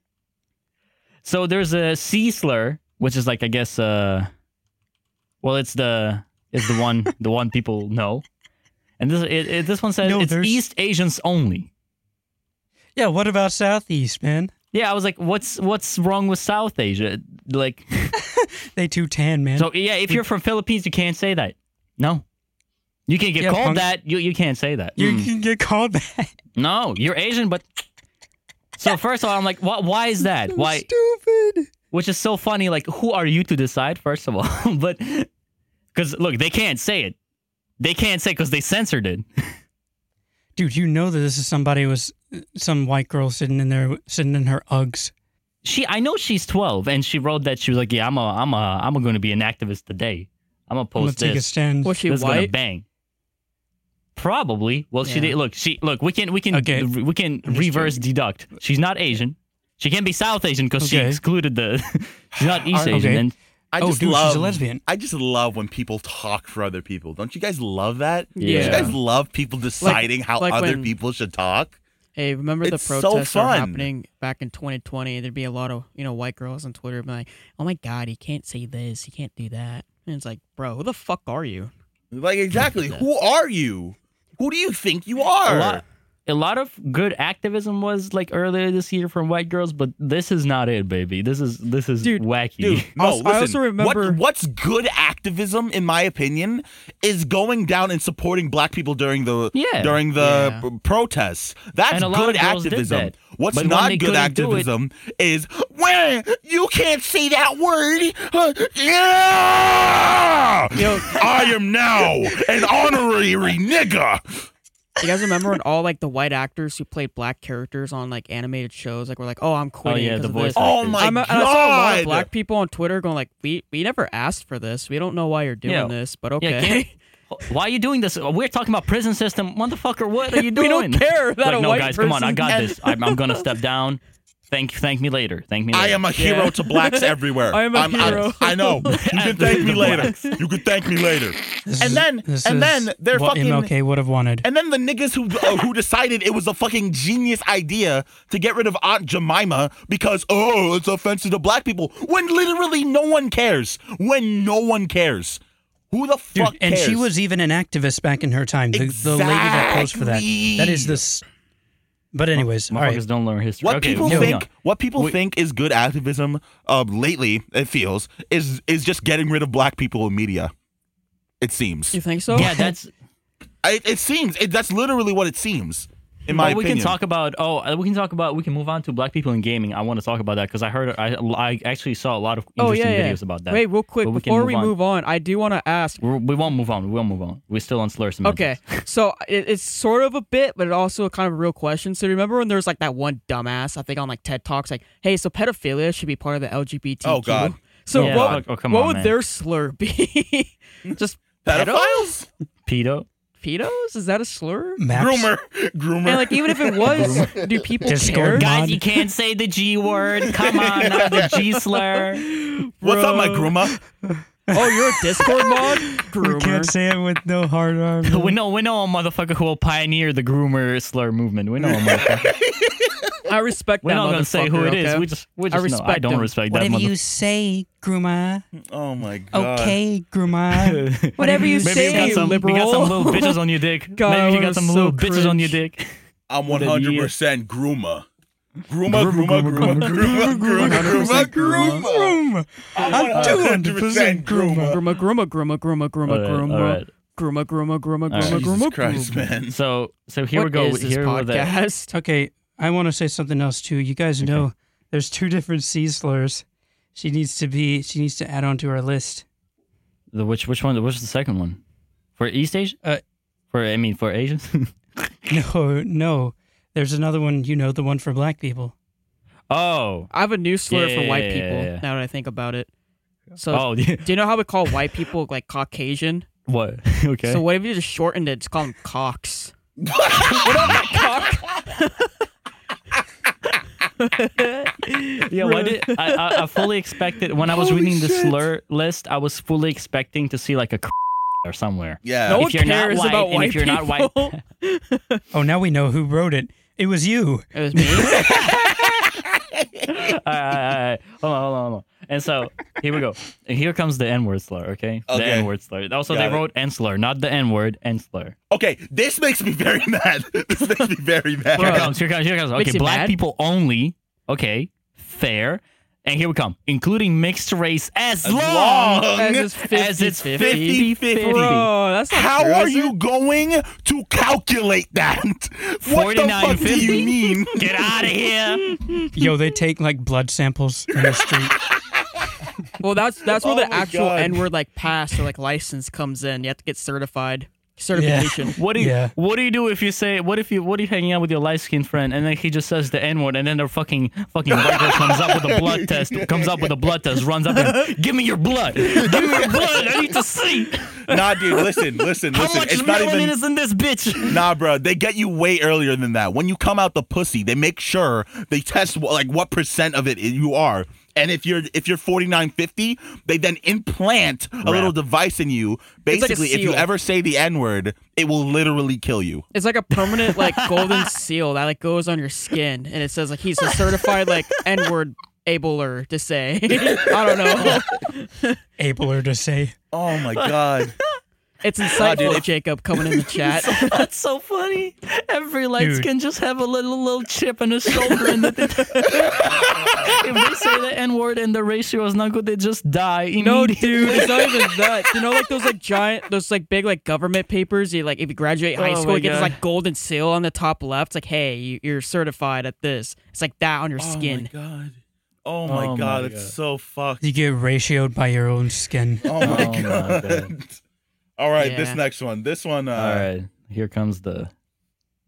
Speaker 4: So there's a C slur, which is like I guess uh well it's the it's the one the one people know. And this it, it, this one says
Speaker 2: No,
Speaker 4: it's
Speaker 2: there's-
Speaker 4: East Asians only.
Speaker 2: yeah, what about Southeast, man?
Speaker 4: Yeah, I was like what's what's wrong with South Asia? Like
Speaker 2: They too tan, man.
Speaker 4: so yeah, if you're from Philippines you can't say that. No. You can get
Speaker 2: Yeah,
Speaker 4: called
Speaker 2: punk.
Speaker 4: that. You you can't say that.
Speaker 2: you
Speaker 4: Mm.
Speaker 2: can get called that.
Speaker 4: No, you're Asian, but so first of all, I'm like, why, why is that? Why?
Speaker 2: Stupid.
Speaker 4: Which is so funny. Like, who are you to decide? First of all, but because look, they can't say it. They can't say because they censored it.
Speaker 2: Dude, you know that this is somebody who was some white girl sitting in there sitting in her Uggs.
Speaker 4: She, I know she's 12, and she wrote that she was like, yeah, I'm a, I'm a, I'm a going to be an activist today. I'm gonna
Speaker 2: I'm gonna
Speaker 4: post
Speaker 2: take a
Speaker 4: this.
Speaker 2: stand.
Speaker 3: Was she
Speaker 4: This is gonna
Speaker 3: white?
Speaker 4: bang. Probably. Well, she
Speaker 3: Yeah.
Speaker 4: did. Look, she look. We can we can
Speaker 2: Okay.
Speaker 4: we can
Speaker 2: I'm just
Speaker 4: reverse deduct. She's not Asian. She can be South Asian because she
Speaker 2: Okay.
Speaker 4: excluded the. she's not East
Speaker 2: Okay.
Speaker 4: Asian. And
Speaker 1: I
Speaker 2: Oh,
Speaker 1: just
Speaker 2: dude, she's a
Speaker 1: love,
Speaker 2: lesbian.
Speaker 1: I just love when people talk for other people. Don't you guys love that?
Speaker 3: Yeah.
Speaker 1: Don't you guys love people deciding how
Speaker 3: like
Speaker 1: other
Speaker 3: when-
Speaker 1: people should talk?
Speaker 3: Hey, remember the
Speaker 1: It's so
Speaker 3: protests that were
Speaker 1: fun.
Speaker 3: happening back in 2020? There'd be a lot of you know white girls on Twitter being like, "Oh my God, he can't say this, he can't do that," and it's like, bro, who the fuck are you?
Speaker 1: Like exactly. Who are you? Who do you think you are?
Speaker 4: a lot, a lot of good activism was like earlier this year from white girls, but this is not it, baby. This is this is
Speaker 3: Dude,
Speaker 4: wacky.
Speaker 1: Dude, no,
Speaker 3: Also-
Speaker 1: listen,
Speaker 3: I also remember-
Speaker 1: what, what's good activism, in my opinion, is going down and supporting black people during the
Speaker 4: Yeah.
Speaker 1: during the
Speaker 3: Yeah.
Speaker 1: p- protests. That's
Speaker 4: And a lot
Speaker 1: good
Speaker 4: of girls did
Speaker 1: activism.
Speaker 4: that.
Speaker 1: What's
Speaker 4: But when
Speaker 1: not
Speaker 4: they
Speaker 1: good
Speaker 4: couldn't do it-
Speaker 1: activism is when you can't say that word. Huh, Yeah,
Speaker 3: Yo.
Speaker 1: I am now an honorary nigga.
Speaker 3: You guys remember when all like the white actors who played black characters on like animated shows like were like, "Oh, I'm quitting."
Speaker 4: yeah,
Speaker 3: 'cause
Speaker 4: the
Speaker 3: of
Speaker 4: voice
Speaker 3: this.
Speaker 1: Oh
Speaker 4: actors.
Speaker 1: my
Speaker 3: I'm- and I saw a lot
Speaker 1: God.
Speaker 3: of black people on Twitter going like, "We we never asked for this. We don't know why you're doing
Speaker 4: Yeah.
Speaker 3: this, but
Speaker 4: Yeah,
Speaker 3: okay."
Speaker 4: can't- why are you doing this? We're talking about prison system, motherfucker. What are you doing?
Speaker 3: We don't care that
Speaker 4: Like,
Speaker 3: a
Speaker 4: no,
Speaker 3: white
Speaker 4: guys, come on. I
Speaker 3: person
Speaker 4: got
Speaker 3: can-
Speaker 4: this. I'm, I'm gonna step down. Thank thank me later. Thank me. Later.
Speaker 1: I am a hero
Speaker 3: Yeah.
Speaker 1: to blacks everywhere.
Speaker 3: I am a
Speaker 1: I'm- I'm-
Speaker 3: hero.
Speaker 1: I know. You can thank me
Speaker 4: The
Speaker 1: later.
Speaker 4: blacks.
Speaker 1: You can thank me later.
Speaker 2: This
Speaker 1: And
Speaker 2: is-
Speaker 1: then-
Speaker 2: this
Speaker 1: and
Speaker 2: is
Speaker 1: then they're
Speaker 2: what
Speaker 1: fucking-
Speaker 2: MLK would have wanted.
Speaker 1: And then the niggas who uh, who decided it was a fucking genius idea to get rid of Aunt Jemima because oh it's offensive to black people when literally no one cares when no one cares who the
Speaker 2: Dude,
Speaker 1: fuck
Speaker 2: and
Speaker 1: cares?
Speaker 2: she was even an activist back in her time. The, the lady that posed for that. That is
Speaker 1: Exactly.
Speaker 2: this. But anyways, all
Speaker 4: Motherfuckers
Speaker 2: right.
Speaker 4: don't learn history.
Speaker 1: what
Speaker 4: okay,
Speaker 1: people
Speaker 4: moving
Speaker 1: think
Speaker 4: on.
Speaker 1: what people
Speaker 4: We-
Speaker 1: think is good um, activism uh, lately it feels is is just getting rid of black people in media It seems.
Speaker 3: You think so?
Speaker 4: Yeah, that's.
Speaker 1: I, it seems. It, that's literally what it seems. In my
Speaker 4: but we
Speaker 1: opinion.
Speaker 4: can talk about. Oh, uh, we can talk about. We can move on to black people in gaming. I want to talk about that because I heard. I, I actually saw a lot of
Speaker 3: oh
Speaker 4: interesting
Speaker 3: yeah, yeah.
Speaker 4: videos about that.
Speaker 3: Wait, real quick
Speaker 4: But we can
Speaker 3: before we
Speaker 4: on.
Speaker 3: move on, I do want to ask.
Speaker 4: We're, we won't move on. We won't move on. We're still on slurs.
Speaker 3: Okay, so it, it's sort of a bit, but it also kind of a real question. So remember when there was like that one dumbass I think on like TED Talks, like, "Hey, so pedophilia should be part of the LGBTQ."
Speaker 1: Oh, God.
Speaker 3: So
Speaker 4: Yeah.
Speaker 3: what?
Speaker 4: Oh, come
Speaker 3: what
Speaker 4: on,
Speaker 3: would
Speaker 4: man.
Speaker 3: their slur be? Just pedo?
Speaker 1: pedophiles,
Speaker 4: Pedo.
Speaker 3: pedos? Is that a slur?
Speaker 2: Maps.
Speaker 1: groomer, groomer.
Speaker 3: And like, even if it was, do people
Speaker 2: Discord
Speaker 3: care?
Speaker 2: mod.
Speaker 4: Guys, you can't say the G word. Come on, not the G slur.
Speaker 1: What's up, my groomer?
Speaker 3: Oh, you're a Discord mod
Speaker 2: We can't
Speaker 3: groomer.
Speaker 2: say it with no hard R.
Speaker 4: We know, we know a motherfucker who will pioneer the groomer slur movement. We know a motherfucker.
Speaker 3: I respect
Speaker 4: We're
Speaker 3: that.
Speaker 4: not gonna say who it
Speaker 3: motherfucker,
Speaker 4: is.
Speaker 3: okay?
Speaker 4: We just, we
Speaker 3: I
Speaker 4: just know. I
Speaker 3: respect
Speaker 4: don't
Speaker 3: him.
Speaker 4: respect that.
Speaker 2: Whatever
Speaker 4: mother-
Speaker 2: you say, Gruma.
Speaker 3: Mm.
Speaker 1: Oh my god.
Speaker 2: Okay, Gruma.
Speaker 3: Whatever you
Speaker 4: Maybe you
Speaker 3: say,
Speaker 4: got some, you got
Speaker 3: liberal.
Speaker 4: some little bitches on your dick.
Speaker 3: God,
Speaker 4: Maybe
Speaker 3: I
Speaker 4: you got
Speaker 3: was
Speaker 4: some
Speaker 3: so
Speaker 4: little bitches on your
Speaker 3: cringe.
Speaker 4: dick.
Speaker 1: I'm
Speaker 4: What a
Speaker 1: 100% groomer. Groomer, groomer, groomer, groomer, groomer, groomer, groomer.
Speaker 2: Gruma. I'm 200% Gruma.
Speaker 3: Gruma, gruma, gruma, gruma, gruma,
Speaker 4: Alright,
Speaker 3: gruma.
Speaker 4: alright.
Speaker 3: Gruma, gruma, gruma,
Speaker 4: Alright.
Speaker 3: gruma,
Speaker 1: Jesus
Speaker 3: gruma.
Speaker 1: Christ, man.
Speaker 4: So, so here we
Speaker 3: What
Speaker 4: go.
Speaker 3: is this
Speaker 4: here we go.
Speaker 3: podcast?
Speaker 2: Okay, I want to say something else too. You guys know there's two different C slurs. She needs to be. She needs to add on to our list.
Speaker 4: The which which one? Which is the second one? For East Asian?
Speaker 2: Uh,
Speaker 4: for I mean for Asians?
Speaker 2: No, no. There's another one. You know the one for black people.
Speaker 4: oh,
Speaker 3: I have a new slur for
Speaker 4: Yeah,
Speaker 3: white
Speaker 4: yeah,
Speaker 3: people.
Speaker 4: yeah, yeah.
Speaker 3: Now that I think about it, so
Speaker 4: oh, yeah.
Speaker 3: do you know how we call white people like Caucasian?
Speaker 4: what? okay.
Speaker 3: So what if you just shortened it? Just call them cocks.
Speaker 4: yeah, why did I, I, I fully expected when I was
Speaker 1: Holy
Speaker 4: reading the
Speaker 1: shit.
Speaker 4: slur list, I was fully expecting to see like a or somewhere.
Speaker 1: Yeah.
Speaker 4: Uh, If
Speaker 3: No one
Speaker 4: you're not
Speaker 3: cares
Speaker 4: white,
Speaker 3: about
Speaker 4: and
Speaker 3: white
Speaker 4: if you're not white-
Speaker 3: people.
Speaker 2: Oh, now we know who wrote it. It was you.
Speaker 3: it was me.
Speaker 4: All right, all right, all right. Hold on, hold on, hold on. And so here we go. And here comes the N word slur, okay? The
Speaker 1: Okay.
Speaker 4: N word slur. Also,
Speaker 1: Got
Speaker 4: they
Speaker 1: it.
Speaker 4: wrote N slur, not the N word, N slur.
Speaker 1: Okay, this makes me very mad. This makes me very
Speaker 4: Here
Speaker 1: mad.
Speaker 4: comes, here comes, here comes.
Speaker 3: Makes
Speaker 4: Okay,
Speaker 3: you
Speaker 4: black
Speaker 3: mad?
Speaker 4: people only. Okay, fair. And here we come, including mixed race as, long,
Speaker 3: As it's 50,
Speaker 4: as it's 50
Speaker 1: 50,
Speaker 4: 50.
Speaker 3: Bro, that's not
Speaker 1: How
Speaker 3: true,
Speaker 1: are
Speaker 3: is it?
Speaker 1: you going to calculate that? What the
Speaker 4: 49,
Speaker 1: fuck do
Speaker 4: 50?
Speaker 1: you mean?
Speaker 4: Get out of here.
Speaker 2: Yo, they take like blood samples in the street.
Speaker 3: Well, that's that's where
Speaker 1: Oh
Speaker 3: the
Speaker 1: my
Speaker 3: actual
Speaker 1: God.
Speaker 3: N word like pass or like license comes in. You have to get certified certification.
Speaker 4: What do you
Speaker 2: Yeah.
Speaker 4: What do you do if you say What if you What are you hanging out with your light skinned friend and then he just says the N word and then the fucking fucking white girl comes up with a blood test comes up with a blood test runs up and give me your blood give me your blood I need to see
Speaker 1: Nah, dude, listen, listen,
Speaker 4: how
Speaker 1: listen.
Speaker 4: much
Speaker 1: It's not
Speaker 4: melanin
Speaker 1: even.
Speaker 4: is in this bitch.
Speaker 1: Nah, bro, they get you way earlier than that. When you come out the pussy, they make sure they test wh- like what percent of it you are. And if you're if you're 4950, they then implant a little device in you.
Speaker 3: It's like a
Speaker 1: Basically, if you
Speaker 3: seal.
Speaker 1: ever say the n-word, it will literally kill you.
Speaker 3: It's like a permanent like golden seal that like goes on your skin, and it says like he's a certified like N word abler to say. I don't know.
Speaker 2: Abler to say.
Speaker 1: Oh my god.
Speaker 3: It's
Speaker 1: Ah,
Speaker 3: insightful, Jacob, coming in the chat.
Speaker 4: That's so funny. Every light
Speaker 2: Dude.
Speaker 4: skin just have a little little chip on his shoulder, and that they, if they say the N word and the ratio is not good, they just die.
Speaker 3: No,
Speaker 4: immediately.
Speaker 3: dude, it's not even that. You know, like those like giant, those like big like government papers. You like if you graduate high
Speaker 4: Oh
Speaker 3: school,
Speaker 4: my
Speaker 3: you get this
Speaker 4: God.
Speaker 3: like golden seal on the top left. It's like, hey, you, you're certified at this. It's like that on your skin.
Speaker 1: Oh my god. Oh my
Speaker 4: Oh my
Speaker 1: god, it's
Speaker 4: God.
Speaker 1: so fucked.
Speaker 2: You get ratioed by your own skin.
Speaker 1: Oh my
Speaker 4: Oh my
Speaker 1: god.
Speaker 4: God.
Speaker 1: All right,
Speaker 3: Yeah.
Speaker 1: this next one. This one uh
Speaker 4: All right, here comes the.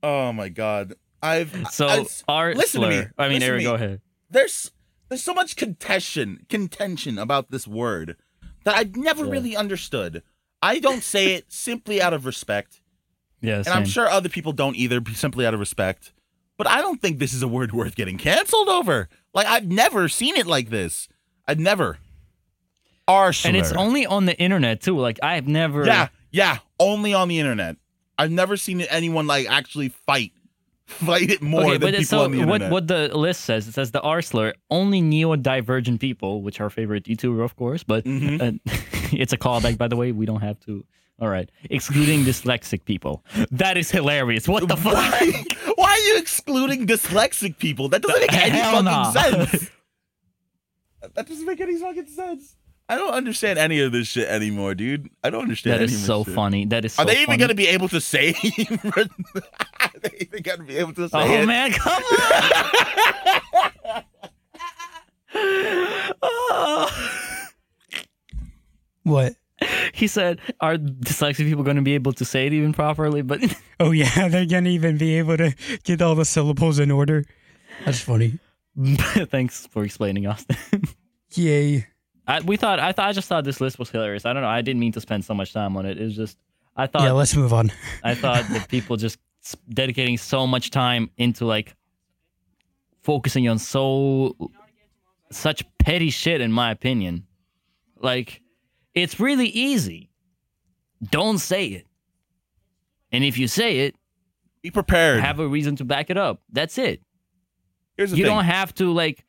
Speaker 1: oh my god. I've
Speaker 4: So
Speaker 1: I-
Speaker 4: our
Speaker 1: listen to
Speaker 4: slur.
Speaker 1: me.
Speaker 4: I
Speaker 1: Listen
Speaker 4: mean,
Speaker 1: to
Speaker 4: Eric,
Speaker 1: me.
Speaker 4: go ahead.
Speaker 1: there's there's so much contention contention about this word that I never
Speaker 4: Yeah.
Speaker 1: really understood. I don't say it simply out of respect,
Speaker 4: Yeah,
Speaker 1: and I'm sure other people don't either, b- simply out of respect. But I don't think this is a word worth getting canceled over. Like I've never seen it like this. I've never. Our slur.
Speaker 4: And it's only on the internet too. Like I've never.
Speaker 1: yeah, yeah, only on the internet. I've never seen anyone like actually fight fight it more
Speaker 4: Okay,
Speaker 1: than
Speaker 4: but
Speaker 1: people
Speaker 4: it's so
Speaker 1: on the
Speaker 4: what
Speaker 1: internet.
Speaker 4: what the list says it says the R slur only neurodivergent people, which our favorite YouTuber of course, but
Speaker 1: Mm-hmm.
Speaker 4: uh, it's a callback by the way. We don't have to. All right, excluding dyslexic people. That is hilarious. What the fuck?
Speaker 1: Why, why are you excluding dyslexic people? That doesn't make any
Speaker 4: Hell
Speaker 1: fucking
Speaker 4: nah.
Speaker 1: sense. that doesn't make any fucking sense. I don't understand any of this shit anymore, dude. I don't understand.
Speaker 4: That
Speaker 1: any of
Speaker 4: is
Speaker 1: this
Speaker 4: so
Speaker 1: shit.
Speaker 4: funny. That is so
Speaker 1: Are they even
Speaker 4: funny.
Speaker 1: gonna be able to say? Are they even gonna be able to say?
Speaker 4: Oh
Speaker 1: it?
Speaker 4: man, come on! Oh.
Speaker 2: What?
Speaker 4: He said, "Are dyslexic people going to be able to say it even properly?" But
Speaker 2: Oh yeah, they're gonna even be able to get all the syllables in order. That's funny.
Speaker 4: thanks for explaining, Austin.
Speaker 2: Yay.
Speaker 4: I, we thought I thought I just thought this list was hilarious. I don't know. I didn't mean to spend so much time on it. It was just I thought
Speaker 2: Yeah, let's move on.
Speaker 4: I thought that people just s- dedicating so much time into like focusing on so such petty shit, in my opinion. Like, it's really easy. Don't say it. And if you say it,
Speaker 1: Be prepared.
Speaker 4: have a reason to back it up. That's it.
Speaker 1: Here's the
Speaker 4: You
Speaker 1: thing.
Speaker 4: don't have to like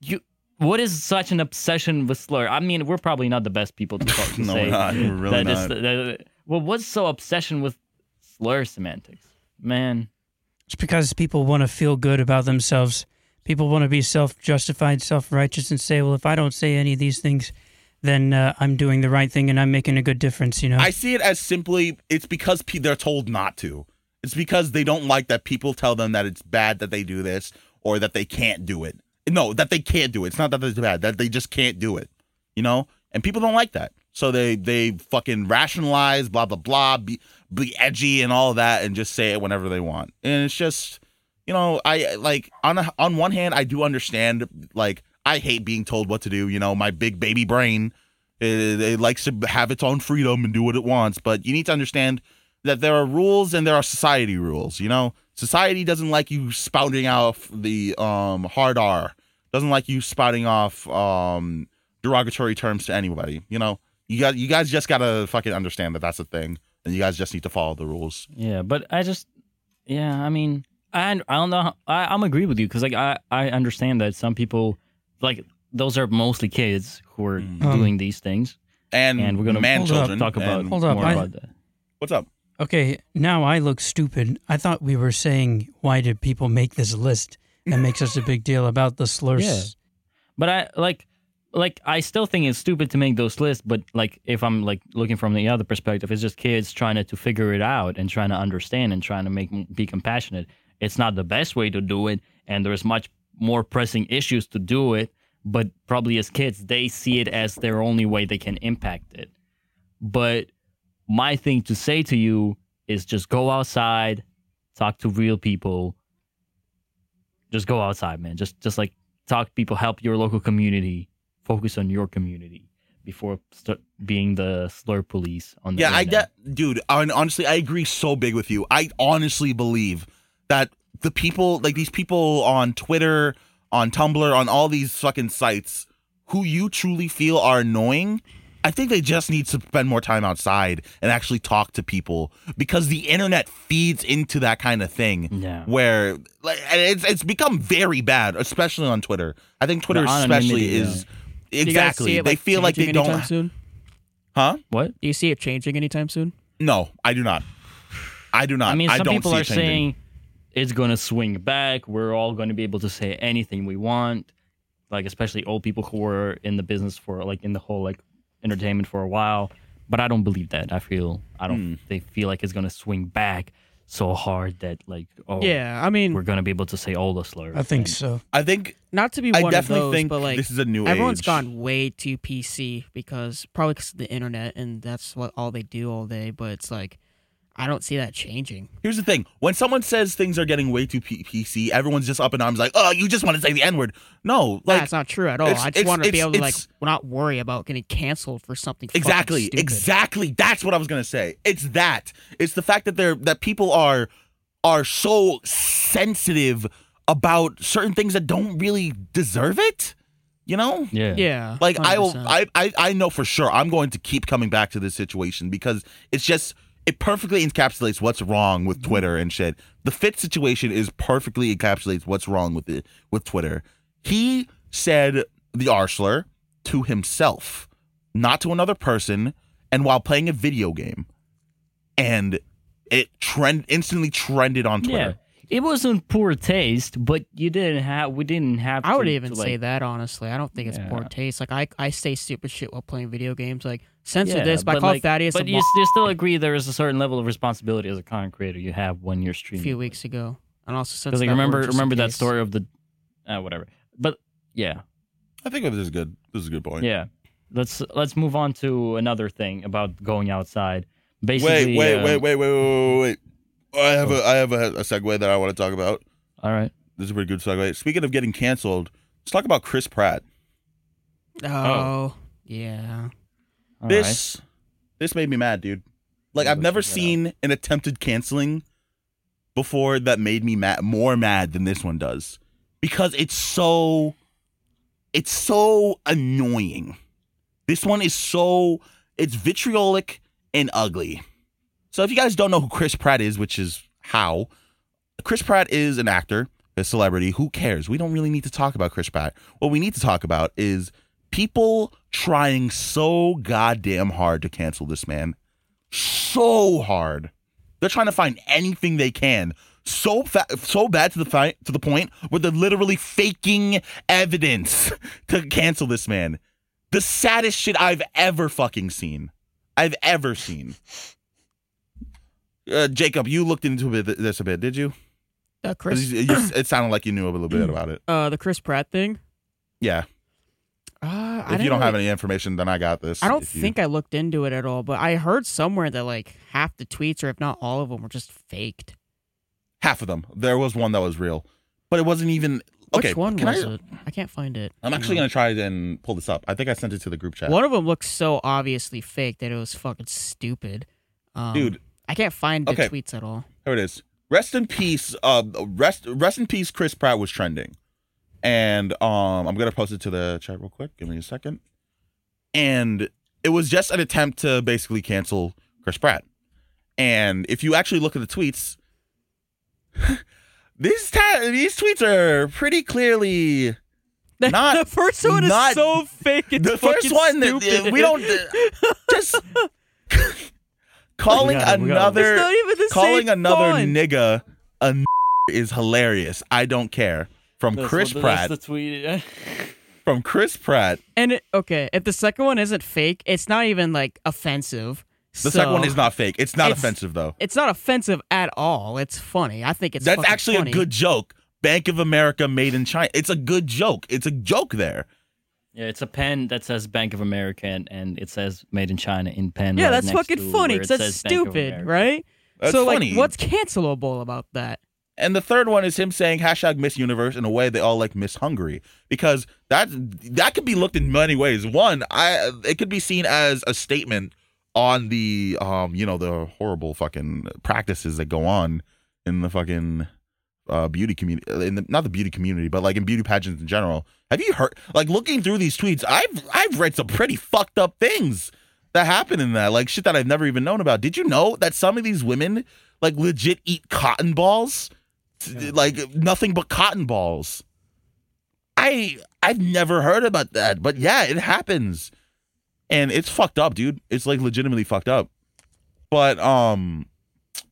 Speaker 4: you. What is such an obsession with slur? I mean, we're probably not the best people to, talk, to
Speaker 1: No,
Speaker 4: say
Speaker 1: we're not. We're really
Speaker 4: that is-
Speaker 1: not.
Speaker 4: that- well, what's so obsession with slur semantics, man?
Speaker 2: It's because people want to feel good about themselves. People want to be self justified, self righteous, and say, well, if I don't say any of these things, then uh, I'm doing the right thing and I'm making a good difference, you know?
Speaker 1: I see it as simply it's because pe- they're told not to. It's because they don't like that people tell them that it's bad that they do this or that they can't do it. No, that they can't do it. It's not that it's bad, that they just can't do it. You know? And people don't like that. So they they fucking rationalize, blah blah blah, be, be edgy and all that and just say it whenever they want. And it's just you know, I like on a, on one hand I do understand like I hate being told what to do, you know, my big baby brain eh, it, it likes to have its own freedom and do what it wants, but you need to understand that there are rules and there are society rules. You know, society doesn't like you spouting off the um, hard R, doesn't like you spouting off um, derogatory terms to anybody. You know, you got you guys just gotta fucking understand that that's a thing, and you guys just need to follow the rules.
Speaker 4: Yeah, but I just, yeah, I mean, I I don't know. How, I I'm agree with you because like I I understand that some people like those are mostly kids who are
Speaker 1: Mm.
Speaker 4: doing these things,
Speaker 1: And,
Speaker 4: and we're gonna
Speaker 1: man
Speaker 2: Hold up.
Speaker 1: children
Speaker 4: talk about
Speaker 1: and-
Speaker 2: Hold up,
Speaker 4: more
Speaker 2: I-
Speaker 4: about that.
Speaker 1: what's up?
Speaker 2: okay, now I look stupid. I thought we were saying, why did people make this list and make such a big deal about the slurs?
Speaker 4: Yeah. But I like like I still think it's stupid to make those lists, but like if I'm like looking from the other perspective, it's just kids trying to, to figure it out and trying to understand and trying to make be compassionate. It's not the best way to do it, and there's much more pressing issues to do it. But probably as kids, they see it as their only way they can impact it. But my thing to say to you is just go outside, talk to real people. Just go outside, man. Just just like talk to people, help your local community, focus on your community before start being the slur police on the
Speaker 1: Yeah, I
Speaker 4: internet.
Speaker 1: get, dude. hon- Honestly, I agree so big with you. I honestly believe that the people, like these people on Twitter, on Tumblr, on all these fucking sites, who you truly feel are annoying, I think they just need to spend more time outside and actually talk to people because the internet feeds into that kind of thing.
Speaker 4: yeah.
Speaker 1: Where like and it's it's become very bad, especially on Twitter. I think Twitter
Speaker 4: anonymity,
Speaker 1: especially is
Speaker 3: Do you guys see
Speaker 1: exactly.
Speaker 3: it,
Speaker 1: they feel like they
Speaker 3: changing anytime
Speaker 1: don't,
Speaker 3: Soon?
Speaker 1: huh?
Speaker 4: What?
Speaker 3: Do you see it changing anytime soon?
Speaker 1: No, I do not. I do not.
Speaker 4: I mean, some
Speaker 1: don't
Speaker 4: people
Speaker 1: see
Speaker 4: are
Speaker 1: it changing.
Speaker 4: saying it's going to swing back. We're all going to be able to say anything we want. Like, especially old people who were in the business for, like, in the whole, like, entertainment for a while. But I don't believe that. I feel, I don't,
Speaker 1: Hmm.
Speaker 4: they feel like it's going to swing back so hard that, like, oh,
Speaker 3: Yeah, I mean,
Speaker 4: we're going to be able to say all the slurs.
Speaker 2: I think
Speaker 4: And-
Speaker 2: so.
Speaker 1: I think
Speaker 3: not to be
Speaker 1: I
Speaker 3: one of
Speaker 1: definitely
Speaker 3: those,
Speaker 1: think
Speaker 3: but like
Speaker 1: this is a new
Speaker 3: everyone's
Speaker 1: age.
Speaker 3: gone way too PC because probably because of the internet and that's what all they do all day. But it's like I don't see that changing.
Speaker 1: Here's the thing: when someone says things are getting way too P- PC, everyone's just up in arms, like, "Oh, you just want to say the N word." No,
Speaker 3: Like,
Speaker 1: like
Speaker 3: that's not true at all.
Speaker 1: it's-
Speaker 3: I just
Speaker 1: it's-
Speaker 3: want to be
Speaker 1: it's-
Speaker 3: able to like
Speaker 1: it's-
Speaker 3: not worry about getting canceled for something. fucking
Speaker 1: exactly,
Speaker 3: stupid.
Speaker 1: exactly. That's what I was gonna say. It's that. It's the fact that they're that people are are so sensitive about certain things that don't really deserve it. You know?
Speaker 4: Yeah.
Speaker 3: Yeah,
Speaker 1: Like I will,
Speaker 3: 100%.
Speaker 1: I, I I know for sure I'm going to keep coming back to this situation because it's just it perfectly encapsulates what's wrong with Twitter and shit. The Fitz situation is perfectly encapsulates what's wrong with it with Twitter. He said the arsler to himself, not to another person, and while playing a video game, and it trend instantly trended on Twitter.
Speaker 4: Yeah. It wasn't poor taste, but you didn't have. We didn't have.
Speaker 3: I would
Speaker 4: to-
Speaker 3: even
Speaker 4: to,
Speaker 3: say
Speaker 4: like-
Speaker 3: that honestly. I don't think it's poor
Speaker 4: Yeah.
Speaker 3: taste. Like I, I say stupid shit while playing video games. Like censor
Speaker 4: Yeah,
Speaker 3: this, but, I
Speaker 4: but
Speaker 3: call
Speaker 4: like-
Speaker 3: Thaddeus a
Speaker 4: But you,
Speaker 3: mo-
Speaker 4: s- you still agree there is a certain level of responsibility as a content creator you have when you're
Speaker 3: a
Speaker 4: streaming.
Speaker 3: few weeks ago, and also censor.
Speaker 4: Because like
Speaker 3: that word
Speaker 4: remember
Speaker 3: just in
Speaker 4: remember that
Speaker 3: case.
Speaker 4: story of the, uh, whatever. But yeah,
Speaker 1: I think this is good. This is a good point.
Speaker 4: yeah. Let's let's move on to another thing about going outside.
Speaker 1: Wait,
Speaker 4: Basically,
Speaker 1: wait,
Speaker 4: um, Oh.
Speaker 1: wait, wait, wait, wait, wait, wait. I have a I have a, a segue that I want to talk about.
Speaker 4: All right.
Speaker 1: This is a pretty good segue. Speaking of getting canceled, let's talk about Chris Pratt.
Speaker 3: Oh, yeah.
Speaker 4: all right.
Speaker 1: this this made me mad, dude. Like
Speaker 4: Yeah,
Speaker 1: I've
Speaker 4: let's
Speaker 1: never
Speaker 4: check that out.
Speaker 1: seen an attempted canceling before that made me mad more mad than this one does. Because it's so it's so annoying. This one is so it's vitriolic and ugly. So if you guys don't know who Chris Pratt is, which is how Chris Pratt is an actor, a celebrity, who cares? We don't really need to talk about Chris Pratt. What we need to talk about is people trying so goddamn hard to cancel this man. So hard. They're trying to find anything they can. So fa- so bad to the fi- to the point where they're literally faking evidence to cancel this man. The saddest shit I've ever fucking seen. I've ever seen. Uh, Jacob, you looked into it- this a bit, did you?
Speaker 3: Uh,
Speaker 1: 'Cause
Speaker 3: Chris,
Speaker 1: you- you- it sounded like you knew a little bit about it.
Speaker 3: uh, the Chris Pratt thing.
Speaker 1: Yeah.
Speaker 3: Uh, I
Speaker 1: If
Speaker 3: didn't
Speaker 1: you don't have
Speaker 3: really-
Speaker 1: any information, then I got this.
Speaker 3: I don't
Speaker 1: If you-
Speaker 3: think I looked into it at all, but I heard somewhere that like half the tweets, or if not all of them, were just faked.
Speaker 1: half of them. There was one that was real, but it wasn't even. Okay,
Speaker 3: Which one
Speaker 1: can
Speaker 3: was
Speaker 1: I,
Speaker 3: it? I can't find it.
Speaker 1: I'm
Speaker 3: Hang
Speaker 1: actually
Speaker 3: on.
Speaker 1: gonna try and pull this up. I think I sent it to the group chat.
Speaker 3: One of them looks so obviously fake that it was fucking stupid. Um,
Speaker 1: Dude.
Speaker 3: I can't find the
Speaker 1: Okay.
Speaker 3: tweets at all.
Speaker 1: Here it is. Rest in peace. Uh, rest rest in peace. Chris Pratt was trending, and um, I'm gonna post it to the chat real quick. Give me a second. And it was just an attempt to basically cancel Chris Pratt. And if you actually look at the tweets, these ta- these tweets are pretty clearly Not-
Speaker 3: the first one is
Speaker 1: not-
Speaker 3: so fake. It's
Speaker 1: the first
Speaker 3: fucking
Speaker 1: one that
Speaker 3: stupid.
Speaker 1: we don't just calling
Speaker 4: We got it, we got it.
Speaker 1: another
Speaker 3: It's not even the
Speaker 1: calling
Speaker 3: same
Speaker 1: another
Speaker 3: font.
Speaker 1: nigga a n- is hilarious. I don't care. From Chris Pratt.
Speaker 4: tweet.
Speaker 1: from Chris Pratt.
Speaker 3: And it, okay, if the second one isn't fake, it's not even like offensive.
Speaker 1: The second one is not fake. It's not
Speaker 3: It's-
Speaker 1: offensive though.
Speaker 3: It's not offensive at all. It's funny. I think it's
Speaker 1: That's
Speaker 3: fucking
Speaker 1: actually
Speaker 3: funny.
Speaker 1: a good joke. Bank of America made in China. It's a good joke. It's a joke there.
Speaker 4: Yeah, it's a pen that says Bank of America and, and it says Made in China in pen.
Speaker 3: Yeah,
Speaker 4: right
Speaker 3: that's
Speaker 4: next
Speaker 3: fucking
Speaker 4: to
Speaker 3: funny.
Speaker 4: where it
Speaker 3: Cause that's
Speaker 4: says Bank of
Speaker 3: stupid,
Speaker 4: America.
Speaker 3: right?
Speaker 1: That's
Speaker 3: so
Speaker 1: funny.
Speaker 3: like, what's cancelable about that?
Speaker 1: And the third one is him saying hashtag Miss Universe in a way they all like Miss Hungary because that that could be looked in many ways. One, I it could be seen as a statement on the um you know the horrible fucking practices that go on in the fucking uh, beauty community in the, not the beauty community but like in beauty pageants in general. Have you heard like looking through these tweets? I've I've read some pretty fucked up things that happen in that like shit that I've never even known about. Did you know that some of these women like legit eat cotton balls? like nothing but cotton balls. I I've never heard about that, but yeah, it happens. And it's fucked up, dude. It's like legitimately fucked up. But um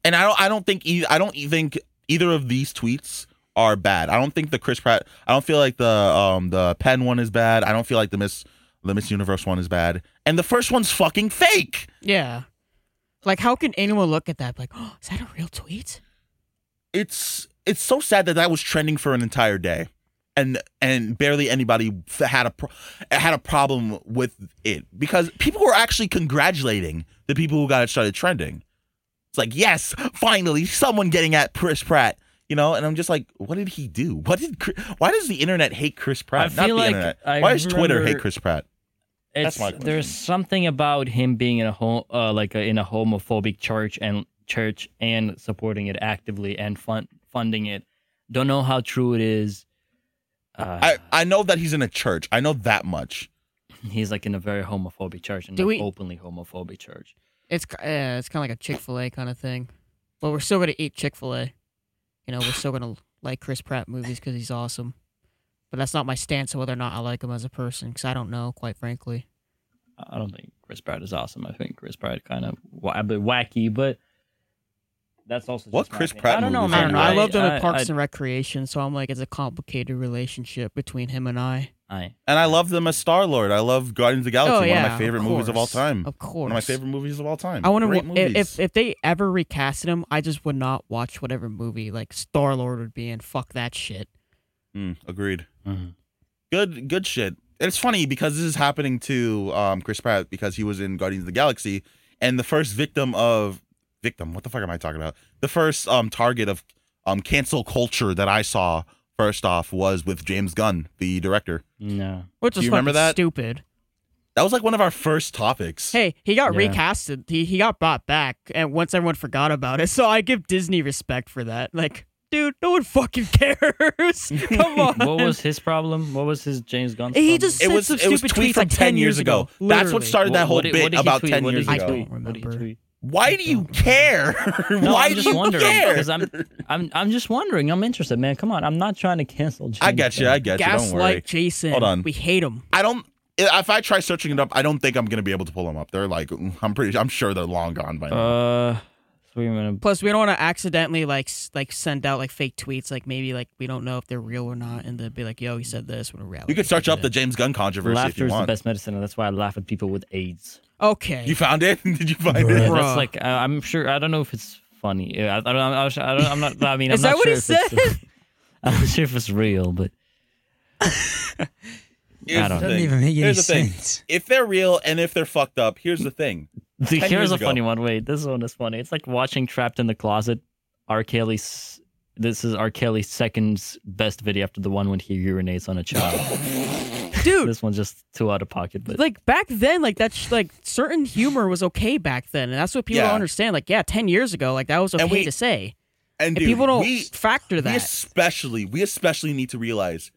Speaker 1: and I don't I don't think e- I don't e- think either of these tweets are bad. I don't think the Chris Pratt I don't feel like the um the pen one is bad. I don't feel like the Miss the Miss Universe one is bad. And the first one's fucking fake.
Speaker 3: Yeah. Like, how can anyone look at that? Like, oh, is that a real tweet?
Speaker 1: it's it's so sad that that was trending for an entire day, and and barely anybody f- had a pro- had a problem with it because people were actually congratulating the people who got it started trending. It's like yes, finally someone getting at Chris Pratt, you know. And I'm just like, what did he do? What did Chris, why does the internet hate Chris Pratt?
Speaker 4: I
Speaker 1: Not
Speaker 4: feel
Speaker 1: the
Speaker 4: like
Speaker 1: internet.
Speaker 4: I
Speaker 1: why does Twitter hate
Speaker 4: remember-
Speaker 1: Chris Pratt? That's
Speaker 4: It's,
Speaker 1: my question.
Speaker 4: There's something about him being in a home, uh, like a, in a homophobic church and church and supporting it actively and fun, funding it. Don't know how true it is. Uh,
Speaker 1: I, I know that he's in a church. I know that much.
Speaker 4: he's like in a very homophobic church and
Speaker 3: Do
Speaker 4: like
Speaker 3: we-
Speaker 4: openly homophobic church.
Speaker 3: It's k- yeah, it's kind of like a Chick Fil A kind of thing. But we're still gonna eat Chick Fil A. You know, we're still gonna like Chris Pratt movies because he's awesome. But that's not my stance on whether or not I like him as a person because I don't know, quite frankly.
Speaker 4: I don't think Chris Pratt is awesome. I think Chris Pratt kind of wa- a bit wacky, but that's also
Speaker 1: What
Speaker 4: just my
Speaker 1: Chris
Speaker 4: opinion.
Speaker 1: Pratt
Speaker 4: I don't know,
Speaker 1: movies are
Speaker 4: man.
Speaker 3: I don't know. I,
Speaker 1: I-
Speaker 3: love them
Speaker 4: I-
Speaker 3: in Parks
Speaker 4: I-
Speaker 3: and Recreation, so I'm like, it's a complicated relationship between him and I.
Speaker 4: I-
Speaker 1: And I love them as Star Lord. I love Guardians of the Galaxy,
Speaker 3: oh
Speaker 1: one
Speaker 3: yeah,
Speaker 1: of my favorite movies of all
Speaker 3: course.
Speaker 1: time.
Speaker 3: Of course,
Speaker 1: One of my favorite movies of all time.
Speaker 3: I want
Speaker 1: Great
Speaker 3: to
Speaker 1: movies.
Speaker 3: if if they ever recasted him, I just would not watch whatever movie like Star Lord would be in. Fuck that shit.
Speaker 1: Mm, agreed.
Speaker 4: Mhm.
Speaker 1: Good, good shit. It's funny because this is happening to um, Chris Pratt because he was in Guardians of the Galaxy, and the first victim of victim. What the fuck am I talking about? The first um, target of um, cancel culture that I saw first off was with James Gunn, the director.
Speaker 4: No.
Speaker 3: Which
Speaker 1: Do
Speaker 3: is
Speaker 1: you remember
Speaker 3: fucking
Speaker 1: that?
Speaker 3: stupid.
Speaker 1: That was like one of our first topics.
Speaker 3: Hey, he got
Speaker 4: Yeah.
Speaker 3: recasted. He he got brought back, and once everyone forgot about it, so I give Disney respect for that. Like, dude, no one fucking cares. Come on.
Speaker 4: What was his problem? What was his James Gunn?
Speaker 3: He
Speaker 4: problem?
Speaker 3: just
Speaker 1: it
Speaker 3: said
Speaker 1: was
Speaker 3: some
Speaker 1: it was
Speaker 3: stupid
Speaker 1: tweet
Speaker 3: tweets
Speaker 1: from
Speaker 3: like
Speaker 1: 10 years ago. That's what
Speaker 3: Literally.
Speaker 1: started that
Speaker 4: What-
Speaker 1: whole
Speaker 4: what did-
Speaker 1: bit
Speaker 4: what did he
Speaker 1: about
Speaker 4: tweet?
Speaker 1: 10
Speaker 4: What did
Speaker 1: years
Speaker 4: he
Speaker 1: ago.
Speaker 4: tweet?
Speaker 3: I
Speaker 4: What did he
Speaker 3: don't
Speaker 4: tweet?
Speaker 1: Why do you care?
Speaker 4: No,
Speaker 1: Why
Speaker 4: I'm just
Speaker 1: do you
Speaker 4: wondering
Speaker 1: care?
Speaker 4: because I'm, I'm, I'm just wondering. I'm interested, man. Come on, I'm not trying to cancel. James
Speaker 1: I got you. I
Speaker 4: Gunn.
Speaker 1: got you. Don't worry.
Speaker 3: Gaslight Jason.
Speaker 1: Hold on.
Speaker 3: We hate him.
Speaker 1: I don't. If I try searching it up, I don't think I'm gonna be able to pull them up. They're like, mm, I'm pretty. I'm sure they're long gone by now.
Speaker 4: Uh, so we're gonna.
Speaker 3: Plus, we don't want to accidentally like s- like send out like fake tweets. Like maybe like we don't know if they're real or not, and they'd be like, "Yo, he said this." When in reality,
Speaker 1: you could search
Speaker 3: he
Speaker 1: up the
Speaker 3: didn't.
Speaker 1: James Gunn controversy if
Speaker 4: Laughter
Speaker 1: you
Speaker 4: is the
Speaker 1: want.
Speaker 4: best medicine, and that's why I laugh at people with AIDS.
Speaker 3: Okay.
Speaker 1: You found it? Did you find
Speaker 4: Yeah,
Speaker 1: it?
Speaker 3: Bruh.
Speaker 4: that's like uh, I'm sure. I don't know if it's funny. Yeah, I, I don't. I, don't- I don't. I'm not. I mean,
Speaker 3: Is
Speaker 4: I'm
Speaker 3: that
Speaker 4: not
Speaker 3: what
Speaker 4: sure
Speaker 3: he
Speaker 4: if it's- I'm not sure if it's real, but
Speaker 1: Here's
Speaker 4: I don't
Speaker 1: the
Speaker 2: Doesn't
Speaker 1: thing.
Speaker 2: even make any
Speaker 1: Here's the thing.
Speaker 2: sense.
Speaker 1: If they're real and if they're fucked up, here's the thing. 10
Speaker 4: Dude, here's
Speaker 1: years
Speaker 4: a
Speaker 1: ago.
Speaker 4: funny one. Wait, this one is funny. It's like watching Trapped in the Closet. R. Kelly's. This is R. Kelly's second best video after the one when he urinates on a child.
Speaker 3: dude.
Speaker 4: this one's just too out of pocket. But
Speaker 3: Like back then, like that's like certain humor was okay back then, and that's what people
Speaker 1: Yeah.
Speaker 3: don't understand. Like, yeah, ten years ago, like that was okay
Speaker 1: And we-
Speaker 3: to say,
Speaker 1: And,
Speaker 3: and
Speaker 1: dude,
Speaker 3: people don't
Speaker 1: we,
Speaker 3: factor
Speaker 1: we
Speaker 3: that.
Speaker 1: especially we especially need to realize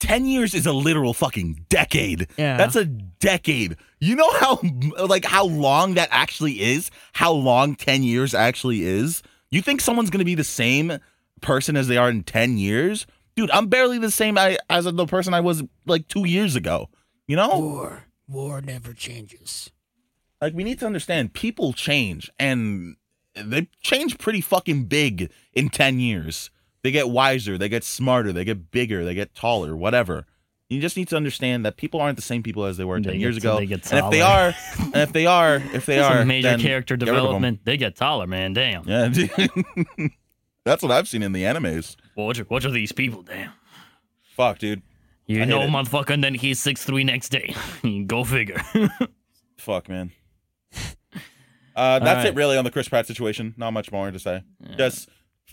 Speaker 1: 10 years is a literal fucking decade.
Speaker 3: Yeah.
Speaker 1: That's a decade. You know how like how long that actually is? How long 10 years actually is? You think someone's going to be the same person as they are in 10 years? Dude, I'm barely the same I, as the person I was like 2 years ago. You know?
Speaker 3: war, war never changes.
Speaker 1: Like we need to understand people change and they change pretty fucking big in 10 years. They get wiser, they get smarter, they get bigger, they get taller, whatever. You just need to understand that people aren't the same people as they were
Speaker 4: They
Speaker 1: 10
Speaker 4: get-
Speaker 1: years ago.
Speaker 4: they get
Speaker 1: and if they
Speaker 4: taller.
Speaker 1: are, and if they are, if they
Speaker 4: That's
Speaker 1: are
Speaker 4: a major
Speaker 1: then
Speaker 4: character
Speaker 1: get rid of 'em.
Speaker 4: development. They get taller, man. Damn.
Speaker 1: Yeah. dude. That's what I've seen in the animes.
Speaker 4: Well, What, are, what are these people? Damn.
Speaker 1: Fuck, dude. I
Speaker 4: You
Speaker 1: hate
Speaker 4: know,
Speaker 1: it.
Speaker 4: motherfucker, and then he's six three next day. Go figure.
Speaker 1: Fuck, man. Uh, that's
Speaker 4: right.
Speaker 1: it, really, on the Chris Pratt situation. Not much more to say. Just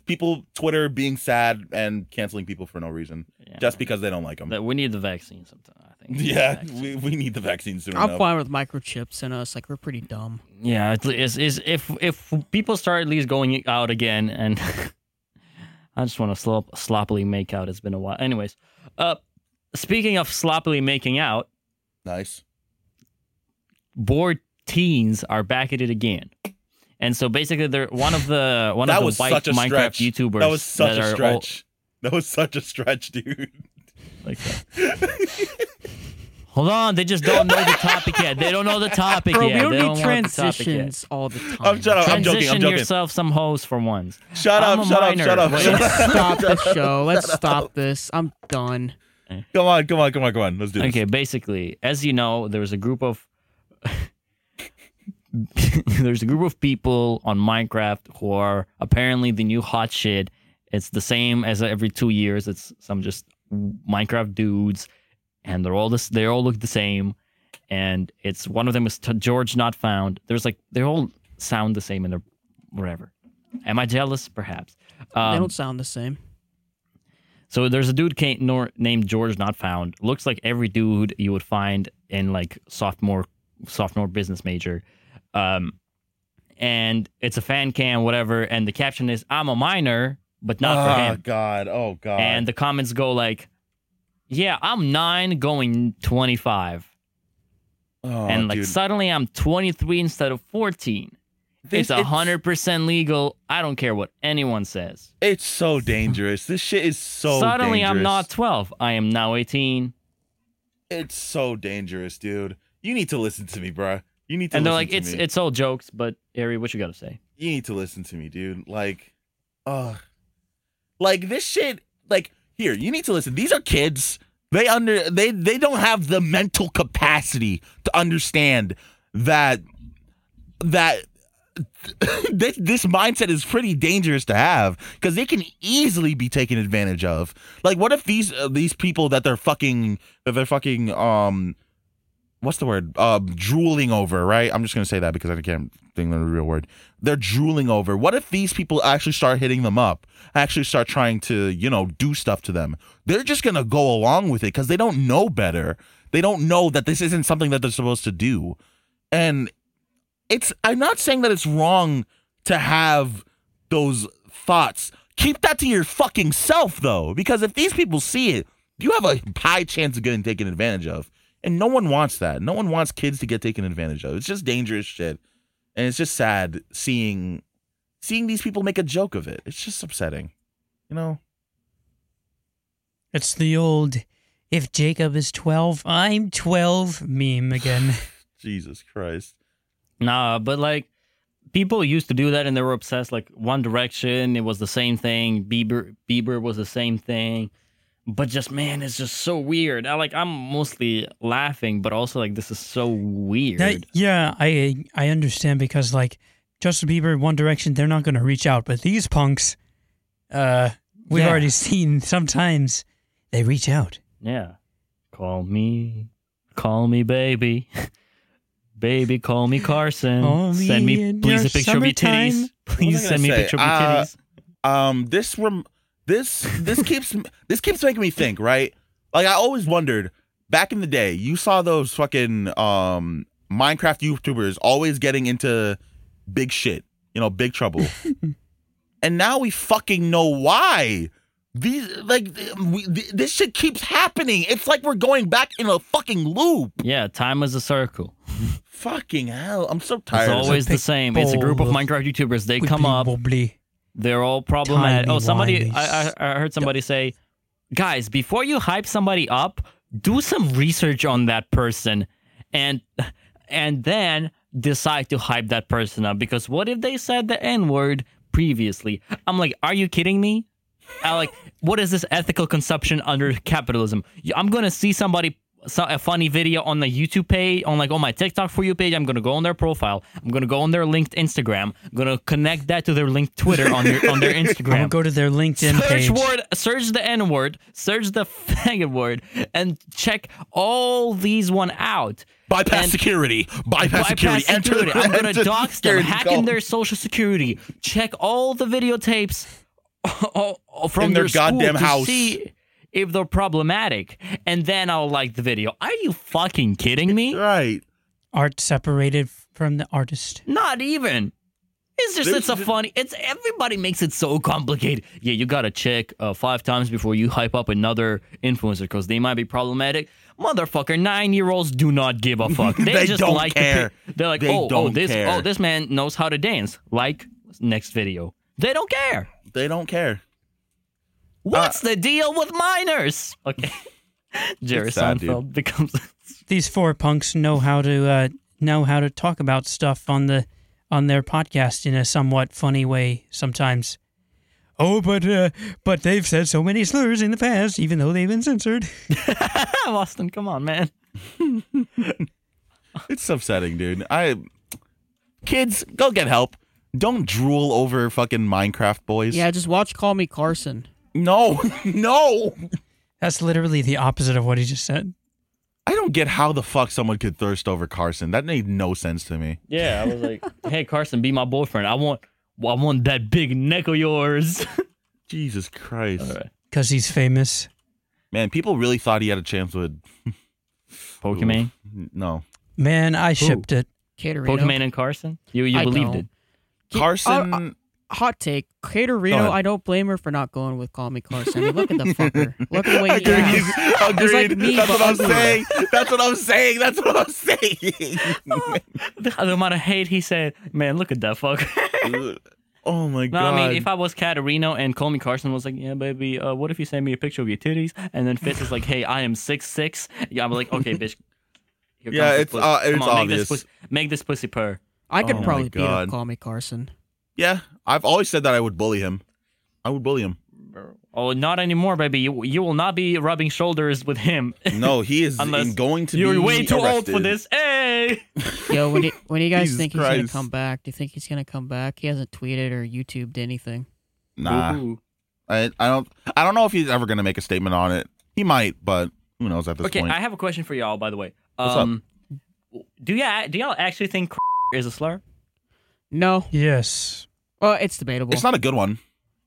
Speaker 1: people, Twitter being sad and canceling people for no reason,
Speaker 4: Yeah.
Speaker 1: just because they don't like them.
Speaker 4: That- we need the vaccine sometime, I think.
Speaker 1: yeah,
Speaker 4: Vaccine.
Speaker 1: we, we need the vaccine soon
Speaker 3: I'm
Speaker 1: enough.
Speaker 3: fine with microchips in us. Like we're pretty dumb.
Speaker 4: Yeah, at le- is is if if people start at least going out again, and I just want to slop, sloppily make out. It's been a while. Anyways, uh, speaking of sloppily making out,
Speaker 1: Nice.
Speaker 4: bored teens are back at it again. And so basically, they're one of the one
Speaker 1: that
Speaker 4: of the
Speaker 1: was
Speaker 4: white
Speaker 1: such a
Speaker 4: Minecraft
Speaker 1: stretch.
Speaker 4: YouTubers
Speaker 1: That was such
Speaker 4: that
Speaker 1: a
Speaker 4: are
Speaker 1: stretch. That was such a stretch, dude.
Speaker 4: all- like that. Hold on, they just don't know the topic yet. They don't know the topic
Speaker 3: Bro,
Speaker 4: yet.
Speaker 3: we don't
Speaker 4: they
Speaker 3: need
Speaker 4: don't want the topic yet.
Speaker 3: transitions all the time.
Speaker 1: I'm shut up. I'm joking.
Speaker 4: Transition
Speaker 1: I'm joking.
Speaker 4: yourself some hoes for once.
Speaker 1: Shut
Speaker 4: I'm
Speaker 1: up.
Speaker 4: a
Speaker 1: Shut up.
Speaker 4: minor.
Speaker 1: Shut up.
Speaker 4: Wait.
Speaker 1: Shut up.
Speaker 3: Let's stop the show. Let's stop this. I'm done.
Speaker 1: Come on. Come on. Come on. Come on. Let's do this.
Speaker 4: Okay, basically, as you know, there was a group of there's a group of people on Minecraft who are apparently the new hot shit. It's the same as every two years. It's some just Minecraft dudes, and they're all this. They all look the same, and it's one of them is t- George not found. There's like they all sound the same and they're whatever. Am I jealous? Perhaps.
Speaker 3: they
Speaker 4: Um,
Speaker 3: don't sound the same.
Speaker 4: so there's a dude ca- nor- named George Not Found. Looks like every dude you would find in like sophomore sophomore business major. Um, and it's a fan cam, whatever. And the caption is, "I'm a minor, but not for
Speaker 1: oh
Speaker 4: him."
Speaker 1: God. Oh God.
Speaker 4: And the comments go like, "Yeah, I'm nine going 25,
Speaker 1: oh,
Speaker 4: and like
Speaker 1: dude.
Speaker 4: suddenly I'm 23 instead of 14.
Speaker 1: This-
Speaker 4: it's a hundred percent legal. I don't care what anyone says.
Speaker 1: It's so dangerous. This shit is so
Speaker 4: suddenly I'm
Speaker 1: dangerous.
Speaker 4: not 12. I am now 18."
Speaker 1: It's so dangerous, dude. You need to listen to me, bruh. You need to
Speaker 4: and they're
Speaker 1: listen
Speaker 4: like,
Speaker 1: to
Speaker 4: it's
Speaker 1: me.
Speaker 4: it's all jokes, but Ari, what you gotta say?
Speaker 1: you need to listen to me, dude. Like, uh like this shit. Like, here, you need to listen. These are kids. They under they they don't have the mental capacity to understand that that this, this mindset is pretty dangerous to have because they can easily be taken advantage of. Like, what if these uh, these people that they're fucking that they're fucking um, what's the word? Um, drooling over, right? I'm just gonna say that because I can't think of the real word. They're drooling over. What if these people actually start hitting them up? Actually start trying to you know do stuff to them? They're just gonna go along with it because they don't know better. They don't know that this isn't something that they're supposed to do, and it's I'm not saying that it's wrong to have those thoughts. Keep that to your fucking self though, because if these people see it, you have a high chance of getting taken advantage of. And no one wants that. No one wants kids to get taken advantage of. It's just dangerous shit. And it's just sad seeing seeing these people make a joke of it. It's just upsetting. You know?
Speaker 2: It's the old if Jacob is 12, I'm 12 meme again.
Speaker 1: Jesus Christ.
Speaker 4: Nah, but like people used to do that and they were obsessed. Like One Direction, it was the same thing. Bieber, Bieber was the same thing. But just man, it's just so weird. I like I'm mostly laughing, but also like this is so weird.
Speaker 2: That- yeah, I I understand because like Justin Bieber, One Direction, they're not going to reach out, but these punks, uh, we've
Speaker 4: Yeah.
Speaker 2: already seen sometimes they reach out.
Speaker 4: yeah. Call me, call me, baby, baby, call me Carson.
Speaker 2: Call me
Speaker 4: send me,
Speaker 2: in
Speaker 4: please
Speaker 2: your
Speaker 4: a picture of your
Speaker 2: summertime.
Speaker 4: titties.
Speaker 1: What was
Speaker 4: Please
Speaker 1: I
Speaker 4: send me a
Speaker 1: gonna say?
Speaker 4: picture of your
Speaker 1: Uh,
Speaker 4: titties.
Speaker 1: um this rem this this keeps this keeps making me think right like i always wondered back in the day you saw those fucking um minecraft youtubers always getting into big shit you know big trouble and now we fucking know why these like we, th- this shit keeps happening it's like we're going back in a fucking loop
Speaker 4: Yeah, time is a circle.
Speaker 1: fucking hell i'm so tired
Speaker 4: It's
Speaker 1: of
Speaker 4: always
Speaker 2: Big
Speaker 4: the same. It's a group of
Speaker 2: bowl of
Speaker 4: Minecraft YouTubers. They
Speaker 2: Could
Speaker 4: come
Speaker 2: be
Speaker 4: up.
Speaker 2: wobbly.
Speaker 4: They're all problematic.
Speaker 2: Tiny
Speaker 4: Oh, somebody!
Speaker 2: whinies.
Speaker 4: I, I I heard somebody say, "Guys, before you hype somebody up, do some research on that person, and and then decide to hype that person up. Because what if they said the N word previously? I'm like, are you kidding me? I like, what is this ethical consumption under capitalism? Y- I'm gonna see somebody so- a funny video on the YouTube page, on like on my TikTok for you page. I'm gonna go on their profile. I'm gonna go on their linked Instagram. I'm gonna connect that to their linked Twitter on their on their
Speaker 2: I will
Speaker 4: Instagram.
Speaker 2: go to their LinkedIn
Speaker 4: Search
Speaker 2: page.
Speaker 4: word, search the N word, search the faggot word, and check all these one out.
Speaker 1: bypass
Speaker 4: and-
Speaker 1: security bypass, security,
Speaker 4: Bypass security.
Speaker 1: enter
Speaker 4: I'm gonna
Speaker 1: enter
Speaker 4: dox them,
Speaker 1: security
Speaker 4: hack
Speaker 1: call.
Speaker 4: in their social security, check all the videotapes uh, from
Speaker 1: In their
Speaker 4: school
Speaker 1: goddamn
Speaker 4: to
Speaker 1: house.
Speaker 4: see if they're problematic, and then I'll like the video. Are you fucking kidding me?
Speaker 1: right
Speaker 2: Art separated from the artist.
Speaker 4: Not even. It's just
Speaker 1: There's
Speaker 4: it's a
Speaker 1: ju-
Speaker 4: funny. It's everybody makes it so complicated. Yeah, you gotta check uh, five times before you hype up another influencer because they might be problematic. Motherfucker, nine year olds do not give a fuck. They,
Speaker 1: They
Speaker 4: just
Speaker 1: don't
Speaker 4: like to
Speaker 1: care.
Speaker 4: pic- they're like,
Speaker 1: They
Speaker 4: oh, oh,
Speaker 1: don't
Speaker 4: this,
Speaker 1: care.
Speaker 4: oh, this man knows how to dance. Like next video. They don't care.
Speaker 1: they don't care
Speaker 4: What's the deal with minors? Okay, Jerry
Speaker 1: Uh, It's sad, dude.
Speaker 4: Seinfeld becomes.
Speaker 2: These four punks know how to uh, know how to talk about stuff on the on their podcast in a somewhat funny way sometimes. Oh, but uh, but they've said so many slurs in the past, even though they've been censored.
Speaker 4: Austin, come on, man.
Speaker 1: It's upsetting, dude. I kids, go get help. Don't drool over fucking Minecraft boys.
Speaker 3: Yeah, just watch Call Me Carson.
Speaker 1: No, no.
Speaker 2: That's literally the opposite of what he just said.
Speaker 1: I don't get how the fuck someone could thirst over Carson. That made no sense to me.
Speaker 4: Yeah, I was like, "Hey, Carson, be my boyfriend. I want, well, I want that big neck of yours."
Speaker 1: Jesus Christ.
Speaker 2: Because he's famous.
Speaker 1: Man, people really thought he had a chance with
Speaker 4: Pokemon,
Speaker 1: No.
Speaker 2: Man, I shipped it.
Speaker 3: Caterino.
Speaker 4: Pokemon, and Carson. You you
Speaker 3: I
Speaker 4: believed
Speaker 3: don't.
Speaker 4: it?
Speaker 3: Ca-
Speaker 1: Carson
Speaker 3: uh, uh, hot take.
Speaker 1: Go
Speaker 3: Caterino,
Speaker 1: ahead.
Speaker 3: I don't blame her for not going with Call Me Carson. I mean, look at the fucker. Look at the way he
Speaker 1: Agreed.
Speaker 3: acts.
Speaker 1: Agreed.
Speaker 3: like me,
Speaker 1: That's
Speaker 3: but
Speaker 1: what I'm
Speaker 3: uglier.
Speaker 1: saying. That's what I'm saying. That's what I'm saying.
Speaker 4: The the amount of hate he said, man, look at that fucker.
Speaker 1: oh my
Speaker 4: no,
Speaker 1: god.
Speaker 4: I mean, if I was Katarino and Call Me Carson was like, yeah, baby, uh, what if you send me a picture of your titties? And then Fitz is like, hey, I am six six. Yeah, I'm like, okay, bitch, Here
Speaker 1: Yeah,
Speaker 4: comes the
Speaker 1: it's
Speaker 4: pussy.
Speaker 1: o- it's
Speaker 4: Come on,
Speaker 1: obvious.
Speaker 4: Make this, pussy, make this pussy purr.
Speaker 3: I could
Speaker 1: Oh my
Speaker 3: probably beat
Speaker 1: God.
Speaker 3: up Call Me Carson.
Speaker 1: Yeah, I've always said that I would bully him. I would bully him.
Speaker 4: Oh, not anymore, baby. You you will not be rubbing shoulders with him.
Speaker 1: No, he is
Speaker 4: Unless
Speaker 1: going to be
Speaker 4: You're way too old for
Speaker 1: arrested.
Speaker 4: this. Hey.
Speaker 3: Yo, when do, when do you guys
Speaker 1: Jesus
Speaker 3: think he's gonna
Speaker 1: Christ.
Speaker 3: come back? Do you think he's gonna come back? He hasn't tweeted or YouTubed anything.
Speaker 1: Nah,
Speaker 4: Ooh.
Speaker 1: I, I don't. I don't know if he's ever going to make a statement on it. He might, but who knows at this
Speaker 4: Okay,
Speaker 1: point?
Speaker 4: I have a question for y'all. By the way,
Speaker 1: What's up?
Speaker 4: um, do ya do y'all actually think is a slur?
Speaker 3: No,
Speaker 2: Yes.
Speaker 3: well, it's debatable.
Speaker 1: it's not a good one.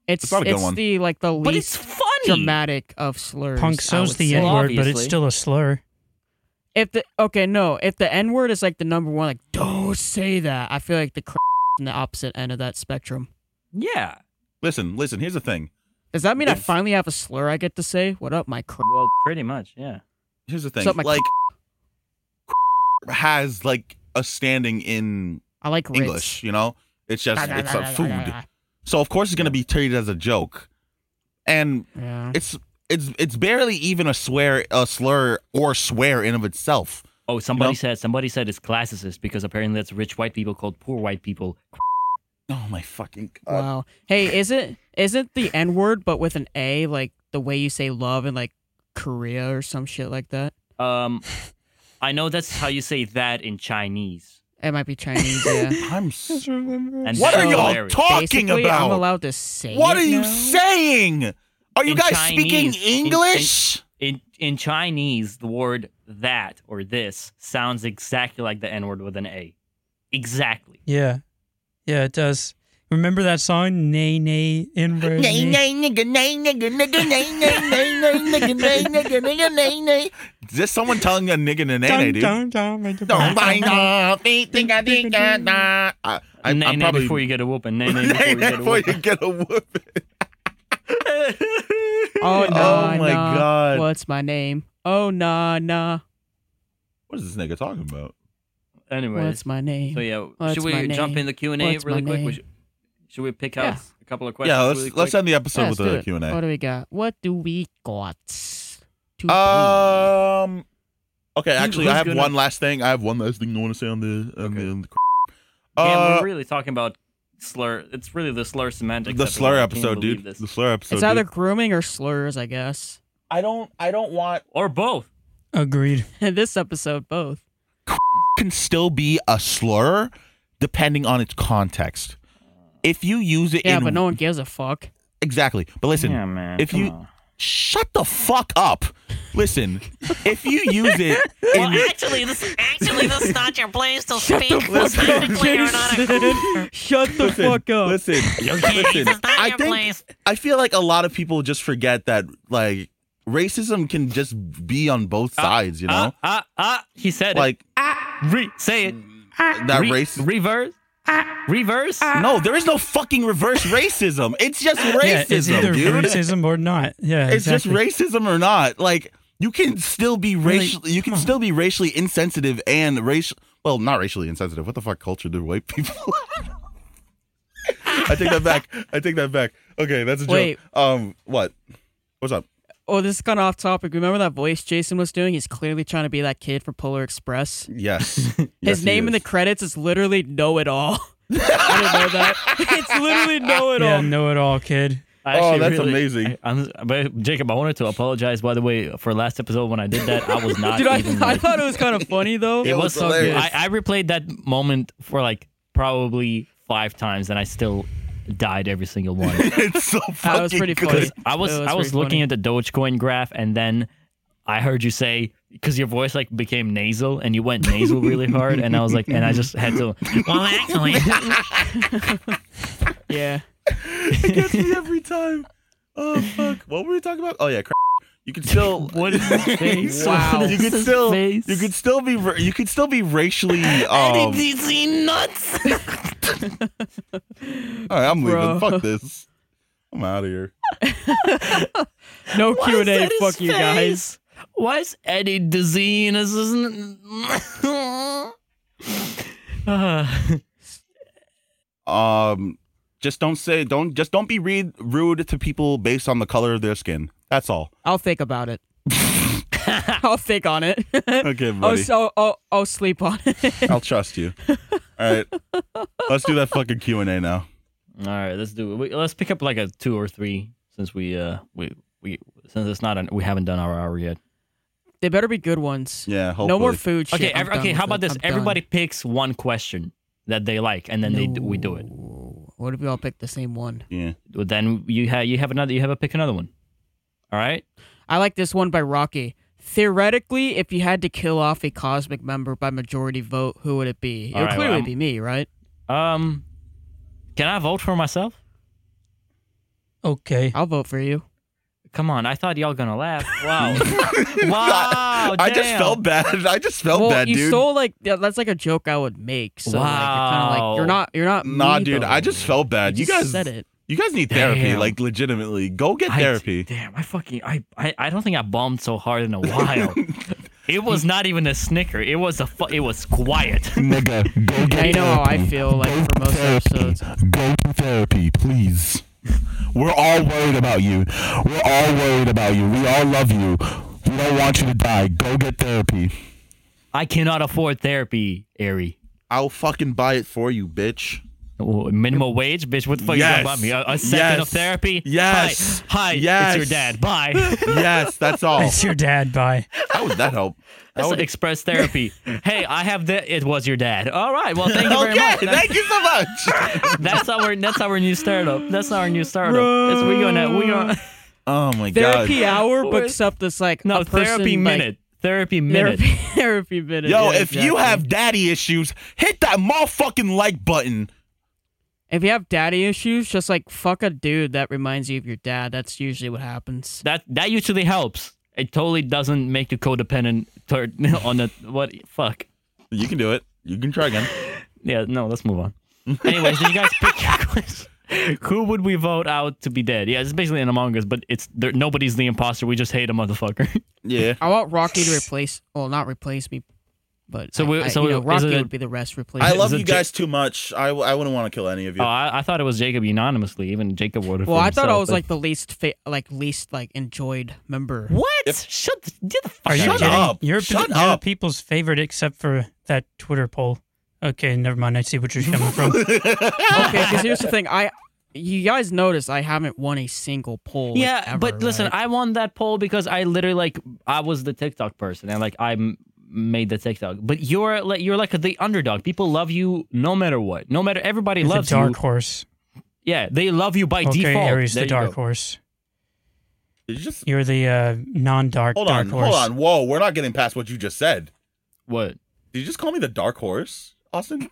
Speaker 3: It's
Speaker 1: it's not a good one.
Speaker 3: the like the
Speaker 4: But it's
Speaker 3: least
Speaker 4: funny.
Speaker 3: dramatic of slurs.
Speaker 2: Punk
Speaker 3: I
Speaker 2: so's
Speaker 3: would
Speaker 2: the
Speaker 3: say.
Speaker 2: N word, but it's
Speaker 4: obviously.
Speaker 2: still a slur.
Speaker 3: If the okay, no, if the N word is like the number one, like don't say that. I feel like the cr- in the opposite end of that spectrum.
Speaker 4: Yeah.
Speaker 1: Listen, listen. Here's the thing.
Speaker 3: Does that mean I
Speaker 1: If-
Speaker 3: finally have a slur I get to say? What up, my cr-
Speaker 4: Well, pretty much. Yeah.
Speaker 1: Here's the thing.
Speaker 3: Something like-
Speaker 1: like has like a standing in
Speaker 3: I like Ritz.
Speaker 1: English. You know, it's just it's a food.
Speaker 3: Yeah.
Speaker 1: So of course it's going to be treated as a joke, and it's it's it's barely even a swear, a slur, or swear in of itself.
Speaker 4: Oh, somebody
Speaker 1: know?
Speaker 4: said somebody said it's classicist because apparently that's rich white people called poor white people.
Speaker 1: Oh my fucking god!
Speaker 3: Wow. Hey, isn't isn't the N word but with an A like the way you say love in like Korea or some shit like that?
Speaker 4: Um, I know that's how you say that in Chinese.
Speaker 3: It might be Chinese. Yeah.
Speaker 1: I'm. s-
Speaker 2: remember.
Speaker 4: And
Speaker 1: What
Speaker 4: that's
Speaker 1: are y'all
Speaker 4: hilarious.
Speaker 1: talking
Speaker 3: Basically, I'm
Speaker 1: about?
Speaker 3: allowed to say.
Speaker 1: What
Speaker 3: it
Speaker 1: are you
Speaker 3: now.
Speaker 1: saying? Are you
Speaker 4: In
Speaker 1: guys
Speaker 4: Chinese,
Speaker 1: speaking
Speaker 4: in- in-
Speaker 1: English?
Speaker 4: In in Chinese, the word that or this sounds exactly like the N word with an A. Exactly.
Speaker 2: Yeah. Yeah, it does. Remember that song? Nay, nay, N word.
Speaker 1: Nay,
Speaker 2: nay.
Speaker 1: nay, nigga, nay, nigga, nigga, nay, nay, nay, nay, nigga, nay, nigga, nigga, nay, nay. Is this someone telling a nigga to nay, nay,
Speaker 2: Dun,
Speaker 1: dude?
Speaker 2: dun, dun, dun,
Speaker 1: Don't
Speaker 2: dun,
Speaker 1: mind
Speaker 2: dun.
Speaker 1: off, think, think, I think, I- nah. I- I'm
Speaker 4: nay,
Speaker 1: I'm
Speaker 4: nay
Speaker 1: probably
Speaker 4: before you get a whooping. Nay, nay,
Speaker 1: Nay, nay, before
Speaker 4: before you
Speaker 1: you get a whooping.
Speaker 4: get a whooping.
Speaker 3: Oh,
Speaker 4: Um,
Speaker 3: nah,
Speaker 1: my
Speaker 3: nah.
Speaker 1: God.
Speaker 3: What's my name? Oh nah nah.
Speaker 1: What is this nigga talking about?
Speaker 4: Anyways,
Speaker 3: What's my name?
Speaker 4: so yeah,
Speaker 3: What's
Speaker 4: should we
Speaker 3: my
Speaker 4: jump
Speaker 3: name?
Speaker 4: in the Q and A
Speaker 3: What's my
Speaker 4: really quick? We
Speaker 3: name?
Speaker 4: should, should we pick out
Speaker 3: Yeah.
Speaker 4: a couple of questions?
Speaker 1: Yeah, let's
Speaker 4: really
Speaker 1: let's
Speaker 4: quick?
Speaker 1: end the episode
Speaker 3: Yeah,
Speaker 1: with
Speaker 3: let's do
Speaker 1: a
Speaker 3: it.
Speaker 1: Q and
Speaker 3: What
Speaker 1: A.
Speaker 3: do we got? What do we got? Today?
Speaker 1: Um. Okay, actually,
Speaker 4: who's
Speaker 1: I have
Speaker 4: gonna-
Speaker 1: one last thing. I have one last thing I want to say on the on the. On the
Speaker 4: Damn,
Speaker 1: uh,
Speaker 4: we're really talking about slur. It's really the slur semantics.
Speaker 1: the slur
Speaker 4: I can't
Speaker 1: episode,
Speaker 4: believe
Speaker 1: dude.
Speaker 4: this.
Speaker 1: The slur episode.
Speaker 3: it's
Speaker 1: dude.
Speaker 3: either grooming or slurs, I guess.
Speaker 1: I don't. I don't want.
Speaker 4: Or both.
Speaker 2: Agreed.
Speaker 3: this episode, both.
Speaker 1: Can still be a slur, depending on its context. If you use it
Speaker 3: Yeah,
Speaker 1: in
Speaker 3: but no one gives a fuck.
Speaker 1: exactly. But listen,
Speaker 4: yeah, man.
Speaker 1: if
Speaker 4: come
Speaker 1: you
Speaker 4: on.
Speaker 1: shut the fuck up. Listen, if you use it in
Speaker 5: Well, actually, this actually this is not your place to speak specifically or not. a-
Speaker 3: Shut the fuck up.
Speaker 1: Listen, listen.
Speaker 5: This is not
Speaker 1: I
Speaker 5: your
Speaker 1: think
Speaker 5: place.
Speaker 1: I feel like a lot of people just forget that like racism can just be on both sides. You know,
Speaker 4: Ah, ah, ah, he said it.
Speaker 1: like
Speaker 4: Re- say it.
Speaker 1: that
Speaker 4: Re-
Speaker 1: race.
Speaker 4: Reverse.
Speaker 3: Ah.
Speaker 4: Reverse.
Speaker 1: no, there is no fucking reverse racism. It's just
Speaker 2: Yeah,
Speaker 1: racism,
Speaker 2: it's either
Speaker 1: dude.
Speaker 2: racism or not. Yeah,
Speaker 1: It's just
Speaker 2: exactly.
Speaker 1: racism or not. Like you can still be racial. you can
Speaker 2: come on.
Speaker 1: still be racially insensitive and racial. Well, not racially insensitive. What the fuck culture do white people? I take that back. I take that back. Okay, that's a joke.
Speaker 3: Wait.
Speaker 1: Um, what? What's up?
Speaker 3: Oh, this is kind of off topic. Remember that voice Jason was doing? He's clearly trying to be that kid from Polar Express.
Speaker 1: Yes. Yes,
Speaker 3: His
Speaker 1: he
Speaker 3: name in the
Speaker 1: is.
Speaker 3: credits is literally Know It All. I didn't know that. It's literally Know It
Speaker 2: Yeah,
Speaker 3: All.
Speaker 2: know it all, kid.
Speaker 4: I
Speaker 1: Oh,
Speaker 4: actually
Speaker 1: that's
Speaker 4: really-
Speaker 1: amazing.
Speaker 4: I, am but Jacob, I wanted to apologize by the way for last episode when I did that. I was not.
Speaker 3: Dude, I,
Speaker 4: even,
Speaker 3: I
Speaker 4: like-
Speaker 3: thought it was kind of funny though.
Speaker 4: it
Speaker 1: It
Speaker 4: was
Speaker 1: was
Speaker 4: so good.
Speaker 1: hilarious.
Speaker 4: I, I replayed that moment for like probably five times, and I still died every single one.
Speaker 1: it's so fucking
Speaker 3: was pretty
Speaker 1: good.
Speaker 3: funny.
Speaker 4: I was,
Speaker 3: Oh, that's
Speaker 4: I was
Speaker 3: pretty
Speaker 4: looking
Speaker 3: funny.
Speaker 4: at the Dogecoin graph, and then I heard you say because your voice like became nasal, and you went nasal really hard, and I was like, and I just had to.
Speaker 5: Well, actually,
Speaker 3: Yeah.
Speaker 1: It gets me every time. Oh fuck! What were we talking about? Oh yeah, cra- you could still.
Speaker 4: What is his face?
Speaker 3: Wow.
Speaker 4: What is
Speaker 1: You could
Speaker 4: his
Speaker 1: still.
Speaker 4: face?
Speaker 1: You could still be. ra- You could still be racially. Um,
Speaker 5: DDC nuts.
Speaker 1: um, All right, I'm leaving.
Speaker 3: Bro.
Speaker 1: Fuck this. I'm out of here.
Speaker 3: No
Speaker 4: Why
Speaker 3: Q
Speaker 4: is
Speaker 3: and A.
Speaker 4: that his
Speaker 3: Fuck you guys.
Speaker 4: face? Why is Eddie Dizziness isn't?
Speaker 1: Um, just don't say don't just don't be read, rude to people based on the color of their skin. That's all.
Speaker 3: I'll think about it. I'll think on it.
Speaker 1: Okay,
Speaker 3: I'll,
Speaker 1: buddy.
Speaker 3: so, I'll, I'll sleep on it.
Speaker 1: I'll trust you. All right, let's do that fucking Q and A now.
Speaker 4: All right, let's do it. We, let's pick up like a two or three since we uh we we since it's not an, we haven't done our hour yet.
Speaker 3: they better be good ones.
Speaker 1: Yeah, hopefully.
Speaker 3: No more food shit.
Speaker 4: okay,
Speaker 3: I'm
Speaker 4: ev-
Speaker 3: done
Speaker 4: okay.
Speaker 3: with
Speaker 4: How about
Speaker 3: it.
Speaker 4: this?
Speaker 3: I'm done.
Speaker 4: Everybody picks one question that they like, and then they d- we do it.
Speaker 3: No. What if we all pick the same one?
Speaker 1: Yeah.
Speaker 4: Well, Then you have you have another. You have a pick another one. All right.
Speaker 3: I like this one by Rocky. Theoretically, if you had to kill off a cosmic member by majority vote, who would it be? It
Speaker 4: All
Speaker 3: would
Speaker 4: right, well,
Speaker 3: clearly
Speaker 4: I'm-
Speaker 3: be me, right?
Speaker 4: Um, can I vote for myself?
Speaker 2: Okay.
Speaker 3: I'll vote for you.
Speaker 4: Come on, I thought y'all gonna laugh. Wow. wow.
Speaker 1: I just
Speaker 4: damn.
Speaker 1: felt bad. I just felt
Speaker 3: Oh, well,
Speaker 1: bad,
Speaker 3: you
Speaker 1: dude.
Speaker 3: stole like yeah, that's like a joke I would make. So like, you're kind of
Speaker 4: Wow.
Speaker 3: like you're not you're not.
Speaker 1: nah,
Speaker 3: me,
Speaker 1: dude.
Speaker 3: though.
Speaker 1: I just felt bad. You,
Speaker 3: just
Speaker 1: guys
Speaker 3: said it.
Speaker 1: You guys need therapy,
Speaker 4: Damn.
Speaker 1: like legitimately. Go get
Speaker 4: I-
Speaker 1: therapy.
Speaker 4: damn, I fucking I, I I don't think I bombed so hard in a while. it was not even a snicker. It was a fu- it was quiet.
Speaker 1: Nigga, go
Speaker 3: Yeah, you know how I feel like for most episodes.
Speaker 1: Go to therapy, please. We're all worried about you. We're all worried about you. We all love you. We don't want you to die. Go get therapy.
Speaker 4: I cannot afford therapy, Ari.
Speaker 1: I'll fucking buy it for you, bitch.
Speaker 4: Oh, Minimum wage, bitch. What the fuck
Speaker 1: Yes.
Speaker 4: you about me? A, a second of
Speaker 1: Yes.
Speaker 4: therapy?
Speaker 1: Yes.
Speaker 4: Hi. Hi.
Speaker 1: Yes.
Speaker 4: It's your dad. Bye.
Speaker 1: Yes, that's all.
Speaker 2: It's your dad. Bye.
Speaker 1: How would that help?
Speaker 4: That's express therapy. hey, I have the. It was your dad. All right. Well, thank you very
Speaker 1: Okay,
Speaker 4: much. That's,
Speaker 1: thank you so much.
Speaker 4: that's our. That's our new startup. That's our new startup. It's, we gonna. We gonna.
Speaker 1: oh my
Speaker 3: Therapy
Speaker 1: god.
Speaker 3: hour, but except it's like
Speaker 4: No
Speaker 3: a person,
Speaker 4: therapy
Speaker 3: like-
Speaker 4: minute. therapy minute.
Speaker 3: Therapy, therapy minute.
Speaker 1: Yo,
Speaker 3: yeah,
Speaker 1: if you
Speaker 3: exactly.
Speaker 1: have daddy issues, hit that motherfucking like button.
Speaker 3: If you have daddy issues, just like fuck a dude that reminds you of your dad. That's usually what happens.
Speaker 4: That that usually helps. It totally doesn't make you codependent tur- on the what fuck.
Speaker 1: You can do it. You can try again.
Speaker 4: Yeah, no, let's move on. Anyways, did you guys pick your question? Who would we vote out to be dead? Yeah, it's basically an Among Us, but it's there, nobody's the imposter. We just hate a motherfucker.
Speaker 1: Yeah.
Speaker 3: I want Rocky to replace, well, not replace me, but
Speaker 4: So
Speaker 3: I-
Speaker 4: we-
Speaker 3: I-
Speaker 4: so
Speaker 3: you know,
Speaker 4: is
Speaker 3: Rocky
Speaker 4: it a-
Speaker 3: would be the rest replace.
Speaker 1: I
Speaker 4: Is
Speaker 1: love you
Speaker 4: it Ja-
Speaker 1: guys too much. I, w- I wouldn't want to kill any of you.
Speaker 4: Oh, I, I thought it was Jacob unanimously. Even Jacob voted.
Speaker 3: Well,
Speaker 4: for
Speaker 3: I thought I
Speaker 4: himself,
Speaker 3: was
Speaker 4: but-
Speaker 3: like the least, fa- like least like enjoyed member.
Speaker 4: what? Shut the, get the fuck
Speaker 2: Are you
Speaker 1: Oh,
Speaker 4: out
Speaker 1: Shut
Speaker 4: of here.
Speaker 2: kidding?
Speaker 1: up.
Speaker 2: You're,
Speaker 1: Shut
Speaker 2: you're
Speaker 1: up.
Speaker 2: people's favorite except for that Twitter poll. Okay, never mind. I see what you're coming from.
Speaker 3: Okay, because here's the thing, I, you guys notice I haven't won a single poll. like,
Speaker 4: Yeah,
Speaker 3: ever,
Speaker 4: but listen,
Speaker 3: right?
Speaker 4: I won that poll because I literally like I was the TikTok person and like I m- made the TikTok. But you're like you're like the underdog. People love you no matter what. No matter everybody
Speaker 2: the
Speaker 4: loves
Speaker 2: dark
Speaker 4: you.
Speaker 2: horse.
Speaker 4: Yeah, they love you by
Speaker 2: okay,
Speaker 4: default.
Speaker 2: Aries,
Speaker 4: There
Speaker 2: the
Speaker 4: you
Speaker 2: dark
Speaker 4: go.
Speaker 2: horse.
Speaker 1: Did you just
Speaker 2: You're the uh, non-dark
Speaker 1: hold
Speaker 2: dark
Speaker 1: on,
Speaker 2: horse.
Speaker 1: hold on. Whoa, we're not getting past what you just said.
Speaker 4: What?
Speaker 1: Did you just call me the dark horse, Austin?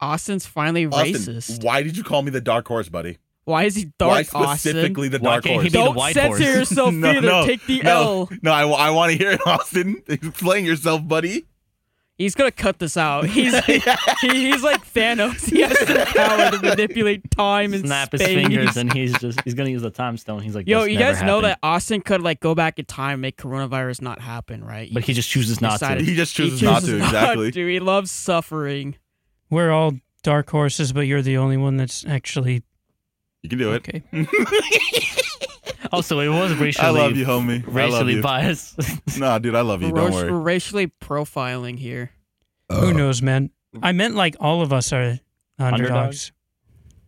Speaker 3: Austin's finally racist.
Speaker 1: Austin, why did you call me the dark horse, buddy?
Speaker 3: Why is he
Speaker 1: why
Speaker 3: dark, Austin?
Speaker 1: specifically the
Speaker 4: Why
Speaker 1: dark
Speaker 4: can't he
Speaker 1: horse?
Speaker 4: be the
Speaker 3: Don't
Speaker 4: white
Speaker 3: censor
Speaker 4: horse?
Speaker 3: yourself
Speaker 1: No,
Speaker 3: either.
Speaker 1: no,
Speaker 3: Take the
Speaker 1: no,
Speaker 3: L.
Speaker 1: no, I, I want to hear it, Austin. Explain yourself, buddy.
Speaker 3: He's gonna cut this out. He's he, he's like Thanos. He has the power to manipulate time and
Speaker 4: Snap his
Speaker 3: space.
Speaker 4: fingers and he's just he's gonna use the time stone. He's like,
Speaker 3: Yo,
Speaker 4: "This
Speaker 3: you
Speaker 4: never
Speaker 3: guys know
Speaker 4: happened."
Speaker 3: that Austin could like go back in time, and make coronavirus not happen, right?
Speaker 4: But he just chooses not
Speaker 3: decided-
Speaker 4: to.
Speaker 1: He just chooses,
Speaker 3: he
Speaker 1: not to.
Speaker 3: chooses
Speaker 1: Exactly.
Speaker 3: to. He loves suffering.
Speaker 2: We're all dark horses, but you're the only one that's actually
Speaker 1: You can do it.
Speaker 2: okay.
Speaker 4: Also, Oh, it was racially
Speaker 1: I love you, homie. I love
Speaker 4: racially
Speaker 1: you.
Speaker 4: biased.
Speaker 1: Nah, dude, I love you. Don't
Speaker 3: Rac-
Speaker 1: worry.
Speaker 3: We're racially profiling here.
Speaker 2: Who
Speaker 1: Uh,
Speaker 2: knows, man? I meant like all of us are underdogs.
Speaker 4: Underdogs?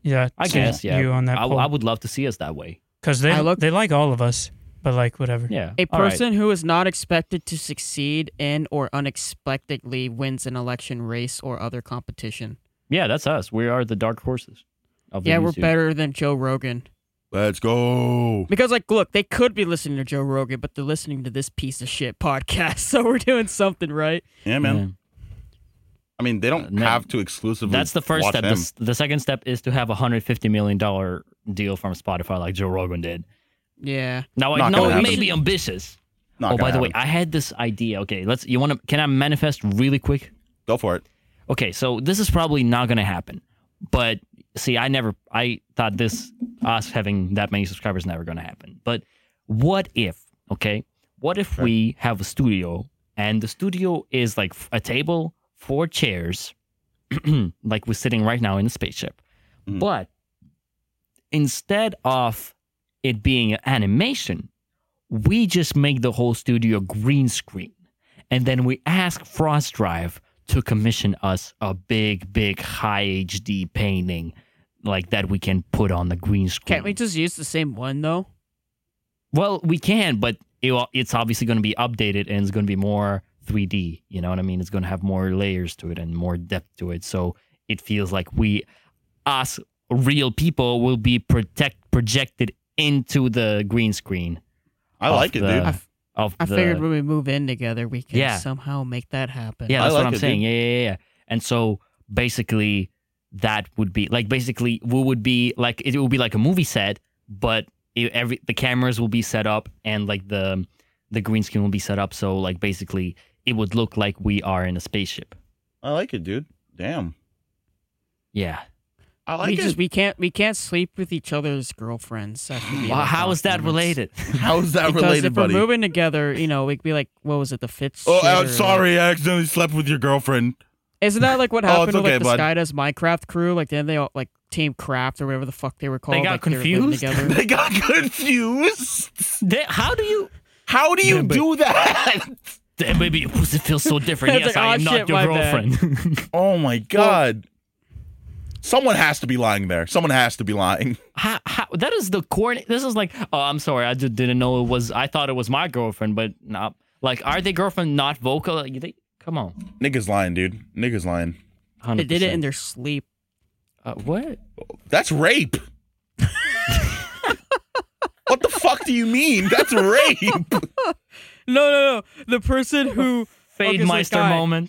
Speaker 2: Yeah,
Speaker 4: I
Speaker 2: so
Speaker 4: guess, yeah.
Speaker 2: You on that
Speaker 4: I,
Speaker 2: poll?
Speaker 4: I would love to see us that way.
Speaker 2: Because they
Speaker 3: I look-
Speaker 2: they like all of us, but like whatever.
Speaker 4: Yeah.
Speaker 3: A
Speaker 4: All right.
Speaker 3: person who is not expected to succeed in or unexpectedly wins an election race or other competition.
Speaker 4: Yeah, that's us. We are the dark horses. Of the
Speaker 3: Yeah, we're
Speaker 4: YouTube.
Speaker 3: better than Joe Rogan.
Speaker 1: Let's go.
Speaker 3: Because, like, look, they could be listening to Joe Rogan, but they're listening to this piece of shit podcast. So we're doing something right.
Speaker 1: Yeah, man. I mean, they don't
Speaker 4: Uh, no.
Speaker 1: have to exclusively.
Speaker 4: That's the first
Speaker 1: watch
Speaker 4: step. The,
Speaker 1: them.
Speaker 4: s- the second step is to have a hundred fifty million dollar deal from Spotify, like Joe Rogan did.
Speaker 3: Yeah.
Speaker 4: Now I
Speaker 1: Not
Speaker 4: know
Speaker 1: gonna
Speaker 4: it may
Speaker 1: happen.
Speaker 4: be ambitious.
Speaker 1: Not
Speaker 4: oh, by
Speaker 1: gonna
Speaker 4: the way,
Speaker 1: happen.
Speaker 4: I had this idea. Okay, let's. You want to? Can I manifest really quick?
Speaker 1: go for it.
Speaker 4: Okay, so this is probably not gonna happen. But see, I never. I thought this us having that many subscribers never gonna happen. But what if? Okay, what if we have a studio and the studio is like f- a table, four chairs, like we're sitting right now in the spaceship.
Speaker 3: Mm.
Speaker 1: Mhm.
Speaker 4: But instead of it being an animation, we just make the whole studio green screen and then we ask Frost Drive to commission us a big, big high HD painting like that we can put on the green screen.
Speaker 3: Can't we just use the same one though?
Speaker 4: Well, we can, but it, will- it's obviously going to be updated and it's going to be more 3D. You know what I mean? It's going to have more layers to it and more depth to it. So it feels like we, us real people, will be protect projected into the green screen.
Speaker 1: I
Speaker 4: of
Speaker 1: like it,
Speaker 4: the-
Speaker 1: dude.
Speaker 4: Of
Speaker 3: I
Speaker 4: the,
Speaker 3: figured when we move in together, we can
Speaker 4: Yeah.
Speaker 3: somehow make that happen.
Speaker 4: Yeah,
Speaker 1: I
Speaker 4: that's
Speaker 1: like
Speaker 4: what I'm
Speaker 1: it,
Speaker 4: saying.
Speaker 1: dude.
Speaker 4: Yeah, yeah, yeah. And so basically, that would be like basically we would be like it would be like a movie set, but it, every the cameras will be set up and like the the green screen will be set up. So like basically, it would look like we are in a spaceship.
Speaker 1: I like it, dude. Damn.
Speaker 4: Yeah.
Speaker 1: I
Speaker 3: we
Speaker 1: like
Speaker 3: just
Speaker 1: it.
Speaker 3: we can't we can't sleep with each other's girlfriends. That should be
Speaker 4: Well,
Speaker 3: like
Speaker 4: how
Speaker 3: our
Speaker 4: is that
Speaker 3: limits.
Speaker 4: related?
Speaker 1: How is that
Speaker 3: Because
Speaker 1: related,
Speaker 3: if we're
Speaker 1: buddy?
Speaker 3: moving together, you know, we'd be like, what was it, the fifth?
Speaker 1: Oh,
Speaker 3: shit
Speaker 1: I'm
Speaker 3: or-
Speaker 1: sorry. I accidentally slept with your girlfriend.
Speaker 3: Isn't that like what
Speaker 1: Oh,
Speaker 3: happened
Speaker 1: it's
Speaker 3: with like
Speaker 1: okay,
Speaker 3: the
Speaker 1: bud.
Speaker 3: Sky Does Minecraft crew? Like then they all like Team Craft or whatever the fuck they were called.
Speaker 4: got
Speaker 3: like, were living
Speaker 4: confused?
Speaker 3: together.
Speaker 1: They got confused.
Speaker 4: They- how do you?
Speaker 1: How do you do that?
Speaker 4: That Maybe it was- it feels so different. yes,
Speaker 3: It's like,
Speaker 4: I
Speaker 3: "Oh,
Speaker 4: am not
Speaker 3: shit,
Speaker 4: your
Speaker 3: my bad."
Speaker 4: girlfriend.
Speaker 1: Oh my god. Someone has to be lying there. Someone has to be lying.
Speaker 4: how, how, that is the corny. This is like, oh, I'm sorry, I just didn't know it was. I thought it was my girlfriend, but not. Like, are they girlfriend not vocal? Like, they, come on,
Speaker 1: Niggas lying, dude. Niggas lying.
Speaker 3: They
Speaker 4: 100%.
Speaker 3: did it in their sleep.
Speaker 4: uh, what?
Speaker 1: That's rape. what the fuck do you mean? That's rape.
Speaker 3: No, no, no. The person who
Speaker 4: Fade
Speaker 3: Okay, so
Speaker 4: Meister
Speaker 3: guy-
Speaker 4: moment.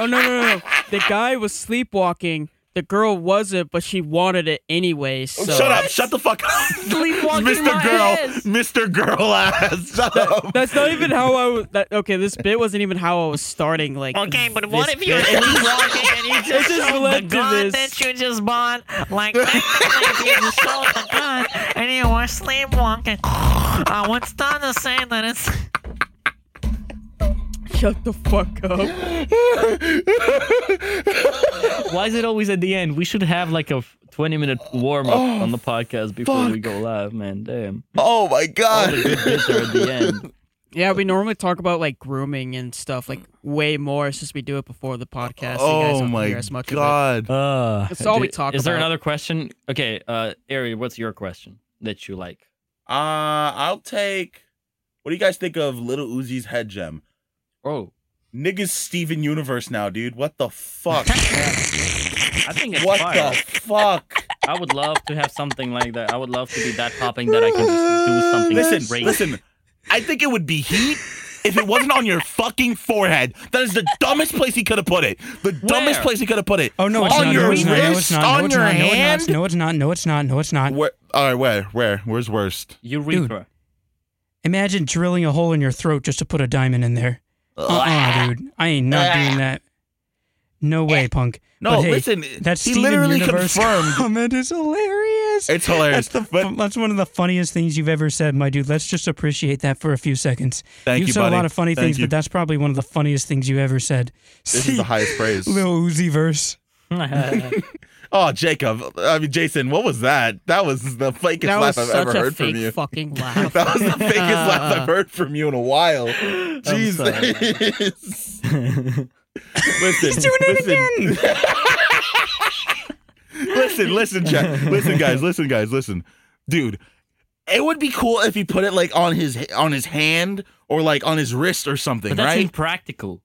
Speaker 3: Oh no, no, no, no. The guy was sleepwalking. The girl wasn't, but she wanted it anyway. So
Speaker 1: Oh, Shut up. Shut the fuck up.
Speaker 4: Sleepwalking
Speaker 1: Mr.
Speaker 4: my
Speaker 1: Girl.
Speaker 4: ass.
Speaker 1: Mr. Girl ass. Shut up.
Speaker 3: That's not even how I was. That, okay, this bit wasn't even how I was starting. Like,
Speaker 5: Okay, but
Speaker 3: this
Speaker 5: what if you're
Speaker 3: bit.
Speaker 5: sleepwalking and you just
Speaker 3: just
Speaker 5: sold the
Speaker 3: led to
Speaker 5: gun
Speaker 3: this.
Speaker 5: that you just bought? Like, technically, if you just sold the gun and you were sleepwalking, Uh, I would start to say that it's.
Speaker 3: Shut the fuck up.
Speaker 4: Why is it always at the end? We should have like a 20 minute warm up on the podcast before we go live, man. Damn,
Speaker 1: Oh my
Speaker 4: all the
Speaker 1: god.
Speaker 4: good bits are at the end.
Speaker 3: Yeah, we normally talk about like grooming and stuff like way more. It's just we do it before the podcast. you guys
Speaker 1: Oh
Speaker 3: don't
Speaker 1: my
Speaker 3: hear as much of it.
Speaker 1: god.
Speaker 4: Uh,
Speaker 3: That's all we talk
Speaker 4: Is there
Speaker 3: about.
Speaker 4: another question? Okay, uh, Ari, what's your question that you like?
Speaker 1: Uh I'll take What do you guys think of Little Uzi's head gem?
Speaker 4: Oh,
Speaker 1: Niggas Steven Universe now, dude. What the fuck?
Speaker 4: I think it's
Speaker 1: what
Speaker 4: fire.
Speaker 1: the fuck?
Speaker 4: I would love to have something like that. I would love to be that popping that I can just do something
Speaker 1: Listen,
Speaker 4: great.
Speaker 1: listen. I think it would be heat if it wasn't on your fucking forehead. That is the dumbest place he could have put it. The dumbest
Speaker 4: Where?
Speaker 1: place he could have put it.
Speaker 2: Oh no, it's
Speaker 1: on
Speaker 2: not.
Speaker 1: your
Speaker 2: no, it's not. No,
Speaker 1: wrist,
Speaker 2: it's not.
Speaker 1: on
Speaker 2: No, it's
Speaker 1: your
Speaker 2: not. No, it's
Speaker 1: hand.
Speaker 2: not. No, it's not. No, it's not. No, it's not.
Speaker 1: Where? All right, where? Where? Where's worst?
Speaker 4: Eureka.
Speaker 2: Imagine drilling a hole in your throat just to put a diamond in there. Uh-uh, dude. I ain't not doing that. No way, punk.
Speaker 1: No,
Speaker 2: But hey,
Speaker 1: listen,
Speaker 2: That
Speaker 1: he
Speaker 2: Steven
Speaker 1: literally
Speaker 2: Universe
Speaker 1: confirmed-
Speaker 2: comment is hilarious.
Speaker 1: It's hilarious.
Speaker 2: That's the
Speaker 1: but
Speaker 2: fu- that's one of the funniest things you've ever said, my dude. Let's just appreciate that for a few seconds.
Speaker 1: Thank
Speaker 2: You've
Speaker 1: you,
Speaker 2: said
Speaker 1: buddy.
Speaker 2: a lot of funny
Speaker 1: Thank
Speaker 2: things,
Speaker 1: you.
Speaker 2: but that's probably one of the funniest things you've ever said.
Speaker 1: this is the highest praise.
Speaker 2: Little Uzi verse.
Speaker 1: Oh, Jacob. I mean, Jason. What was that? That was the fakest
Speaker 3: That was
Speaker 1: laugh I've
Speaker 3: such
Speaker 1: ever
Speaker 3: a
Speaker 1: heard
Speaker 3: fake
Speaker 1: from you.
Speaker 3: fucking laugh.
Speaker 1: that was the fakest laugh I've heard from you in a while. Jesus. listen, He's doing it listen. again. listen, listen, chat. Listen, guys. Listen, guys. Listen, dude. It would be cool if he put it like on his on his hand or like on his wrist or something,
Speaker 4: But that's
Speaker 1: right?
Speaker 4: impractical.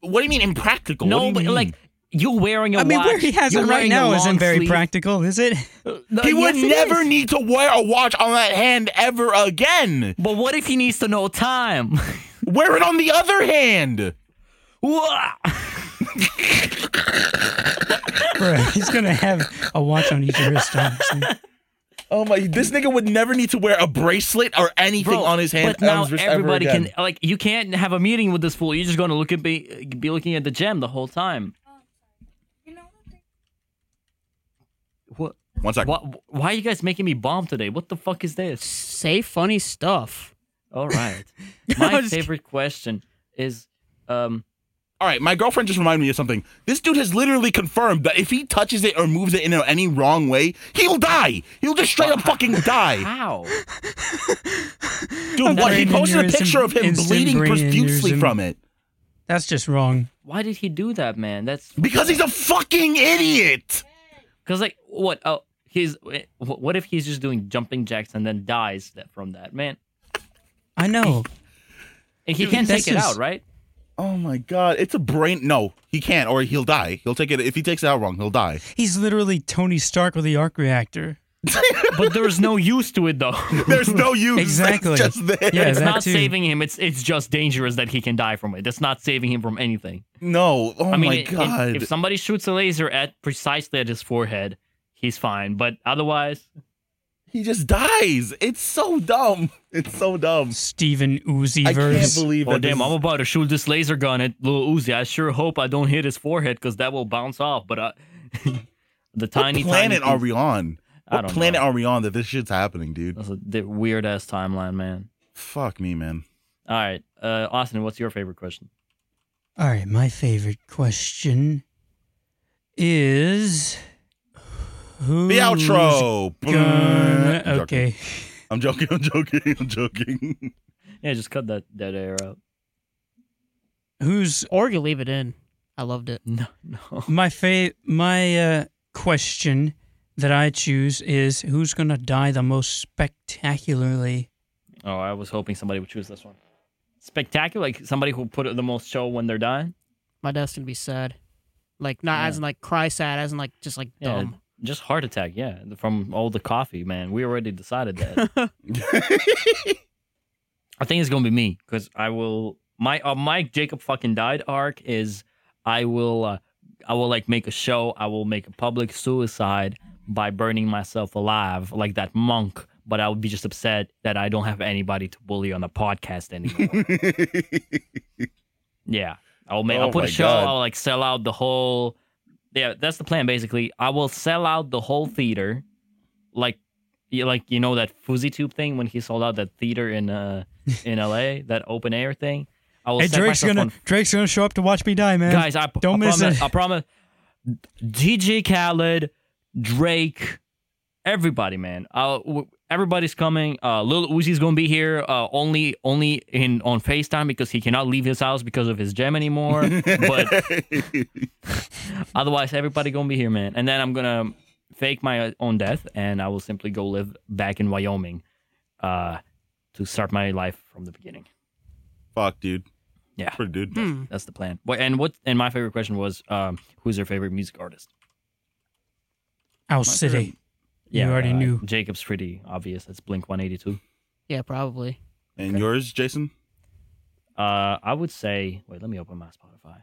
Speaker 1: what do you mean impractical? What do
Speaker 4: No,
Speaker 1: you
Speaker 4: but
Speaker 1: mean?
Speaker 4: like you're wearing a
Speaker 2: I mean,
Speaker 4: watch.
Speaker 2: where he has
Speaker 4: you're
Speaker 2: it right
Speaker 4: wearing a
Speaker 2: now
Speaker 4: long
Speaker 2: isn't very
Speaker 4: sleeve.
Speaker 2: practical, is it?
Speaker 4: No,
Speaker 1: he would
Speaker 4: uh, yes, it
Speaker 1: never
Speaker 4: is.
Speaker 1: need to wear a watch on that hand ever again.
Speaker 4: But what if he needs to know time?
Speaker 1: Wear it on the other hand.
Speaker 4: Wah!
Speaker 2: Bruh, he's gonna have a watch on each wrist, honestly.
Speaker 1: Oh my! This nigga would never need to wear a bracelet or anything
Speaker 4: Bro,
Speaker 1: on his hand.
Speaker 4: But now
Speaker 1: on his wrist ever
Speaker 4: everybody
Speaker 1: again.
Speaker 4: can like you can't have a meeting with this fool. You're just gonna look at be be looking at the gem the whole time. What?
Speaker 1: One second.
Speaker 4: Why, why are you guys making me bomb today? What the fuck is this?
Speaker 3: Say funny stuff.
Speaker 4: All right. My
Speaker 3: I'm just
Speaker 4: favorite question is um
Speaker 1: All right, my girlfriend just reminded me of something. This dude has literally confirmed that if he touches it or moves it in any wrong way, he'll die. He'll just straight up fucking die.
Speaker 4: How?
Speaker 1: Dude, what? He
Speaker 2: Brain
Speaker 1: posted a
Speaker 2: aneurysm,
Speaker 1: picture of him
Speaker 2: instant
Speaker 1: bleeding
Speaker 2: brain
Speaker 1: profusely
Speaker 2: aneurysm.
Speaker 1: from it
Speaker 2: That's just wrong.
Speaker 4: Why did he do that, man? That's
Speaker 1: because he's a fucking idiot.
Speaker 4: because like what? Oh, he's wh- what if he's just doing jumping jacks and then dies that, from that, man?
Speaker 2: I know.
Speaker 4: And he can't
Speaker 2: that's
Speaker 4: take it
Speaker 2: just-
Speaker 4: out, right?
Speaker 1: Oh my god, it's a brain. No, he can't, or he'll die. He'll take it if he takes it out wrong. He'll die.
Speaker 2: He's literally Tony Stark with the arc reactor.
Speaker 4: But there's no use to it though.
Speaker 1: There's no use.
Speaker 2: Exactly.
Speaker 1: It's just there.
Speaker 2: Yeah,
Speaker 4: it's
Speaker 2: that
Speaker 4: not
Speaker 2: too.
Speaker 4: saving him. It's it's just dangerous that he can die from it. That's not saving him from anything.
Speaker 1: No. Oh
Speaker 4: I mean,
Speaker 1: my
Speaker 4: i- i-
Speaker 1: god.
Speaker 4: if somebody shoots a laser at precisely at his forehead, he's fine. But otherwise,
Speaker 1: he just dies. It's so dumb. It's so dumb.
Speaker 2: Steven Uzi
Speaker 1: I can't
Speaker 2: verse.
Speaker 1: believe
Speaker 4: oh
Speaker 1: that.
Speaker 4: damn,
Speaker 1: this-
Speaker 4: I'm about to shoot this laser gun at Lil Uzi. I sure hope I don't hit his forehead because that will bounce off. But I, the
Speaker 1: what
Speaker 4: tiny
Speaker 1: planet
Speaker 4: tiny,
Speaker 1: are we on?
Speaker 4: I
Speaker 1: What
Speaker 4: don't
Speaker 1: planet
Speaker 4: know.
Speaker 1: are we on that this shit's happening, dude?
Speaker 4: That's a weird ass timeline, man.
Speaker 1: Fuck me, man.
Speaker 4: All right, uh, Austin, what's your favorite question?
Speaker 2: All right, my favorite question is who
Speaker 1: The outro.
Speaker 2: Gonna,
Speaker 1: I'm joking.
Speaker 2: okay.
Speaker 1: I'm joking. I'm joking. I'm joking.
Speaker 4: Yeah, just cut that dead air out.
Speaker 2: Who's
Speaker 3: Or you leave it in. I loved it.
Speaker 4: No, no.
Speaker 2: my fa- my uh, question that I choose is who's going to die the most spectacularly?
Speaker 4: Oh, I was hoping somebody would choose this one. Spectacular, like somebody who put the most show when they're dying.
Speaker 3: My death's gonna be sad. Like not
Speaker 4: Yeah.
Speaker 3: as in like cry sad, as in like just like
Speaker 4: Yeah,
Speaker 3: dumb.
Speaker 4: just heart attack. Yeah, from all the coffee, man. We already decided that. I think it's gonna be me because I will. My uh, my Jacob fucking died arc is I will uh, I will like make a show. I will make a public suicide by burning myself alive like that monk. But I would be just upset that I don't have anybody to bully on the podcast anymore. Yeah. I'll make
Speaker 1: Oh
Speaker 4: I'll put
Speaker 1: my
Speaker 4: a show,
Speaker 1: God.
Speaker 4: I'll like sell out the whole Yeah, that's the plan basically. I will sell out the whole theater. Like you like you know that Fuzzy Tube thing when he sold out that theater in uh in LA, that open air thing. I will
Speaker 2: Hey,
Speaker 4: set
Speaker 2: Drake's
Speaker 4: myself
Speaker 2: gonna
Speaker 4: on-
Speaker 2: Drake's gonna show up to watch me die, man.
Speaker 4: Guys, I,
Speaker 2: don't
Speaker 4: I
Speaker 2: miss
Speaker 4: promise,
Speaker 2: it.
Speaker 4: I promise DJ Khaled, Drake, everybody, man. Uh, w- everybody's coming. Uh, Lil Uzi's gonna be here. Uh, only, only in on Facetime because he cannot leave his house because of his gem anymore. but otherwise, everybody gonna be here, man. And then I'm gonna fake my own death, and I will simply go live back in Wyoming, uh, to start my life from the beginning.
Speaker 1: Fuck, dude.
Speaker 4: Yeah.
Speaker 1: Pretty dude.
Speaker 3: Hmm.
Speaker 4: That's the plan. Wha- And what? And my favorite question was, um, who's your favorite music artist?
Speaker 2: Owl City. You already
Speaker 4: uh,
Speaker 2: knew.
Speaker 4: Jacob's pretty obvious. That's Blink 182.
Speaker 3: Yeah, probably.
Speaker 1: And yours, Jason?
Speaker 4: Uh, I would say. Wait, let me open my Spotify.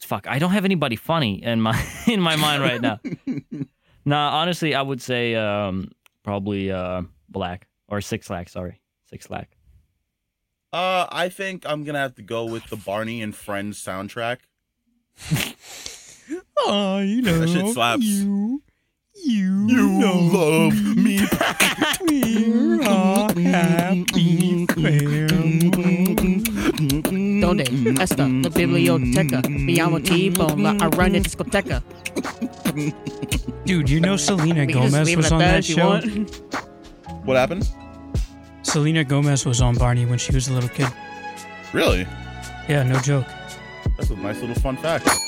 Speaker 4: Fuck, I don't have anybody funny in my in my mind right now. nah, honestly, I would say um, probably uh, Black or Six Lack. Sorry, Six Lack.
Speaker 1: Uh, I think I'm gonna have to go with the Barney and Friends soundtrack.
Speaker 2: Oh, you know,
Speaker 1: That shit slaps.
Speaker 2: you, you,
Speaker 1: me.
Speaker 2: We're all happy family.
Speaker 3: Donde esta la biblioteca? Me llamo T-Bone, la araña discoteca.
Speaker 2: Dude, you know Selena
Speaker 3: We can just
Speaker 2: Gomez
Speaker 3: leave it
Speaker 2: was
Speaker 3: at
Speaker 2: on that
Speaker 3: if you
Speaker 2: show.
Speaker 3: want.
Speaker 1: What happened?
Speaker 2: Selena Gomez was on Barney when she was a little kid.
Speaker 1: Really?
Speaker 2: Yeah, no joke.
Speaker 1: That's a nice little fun fact.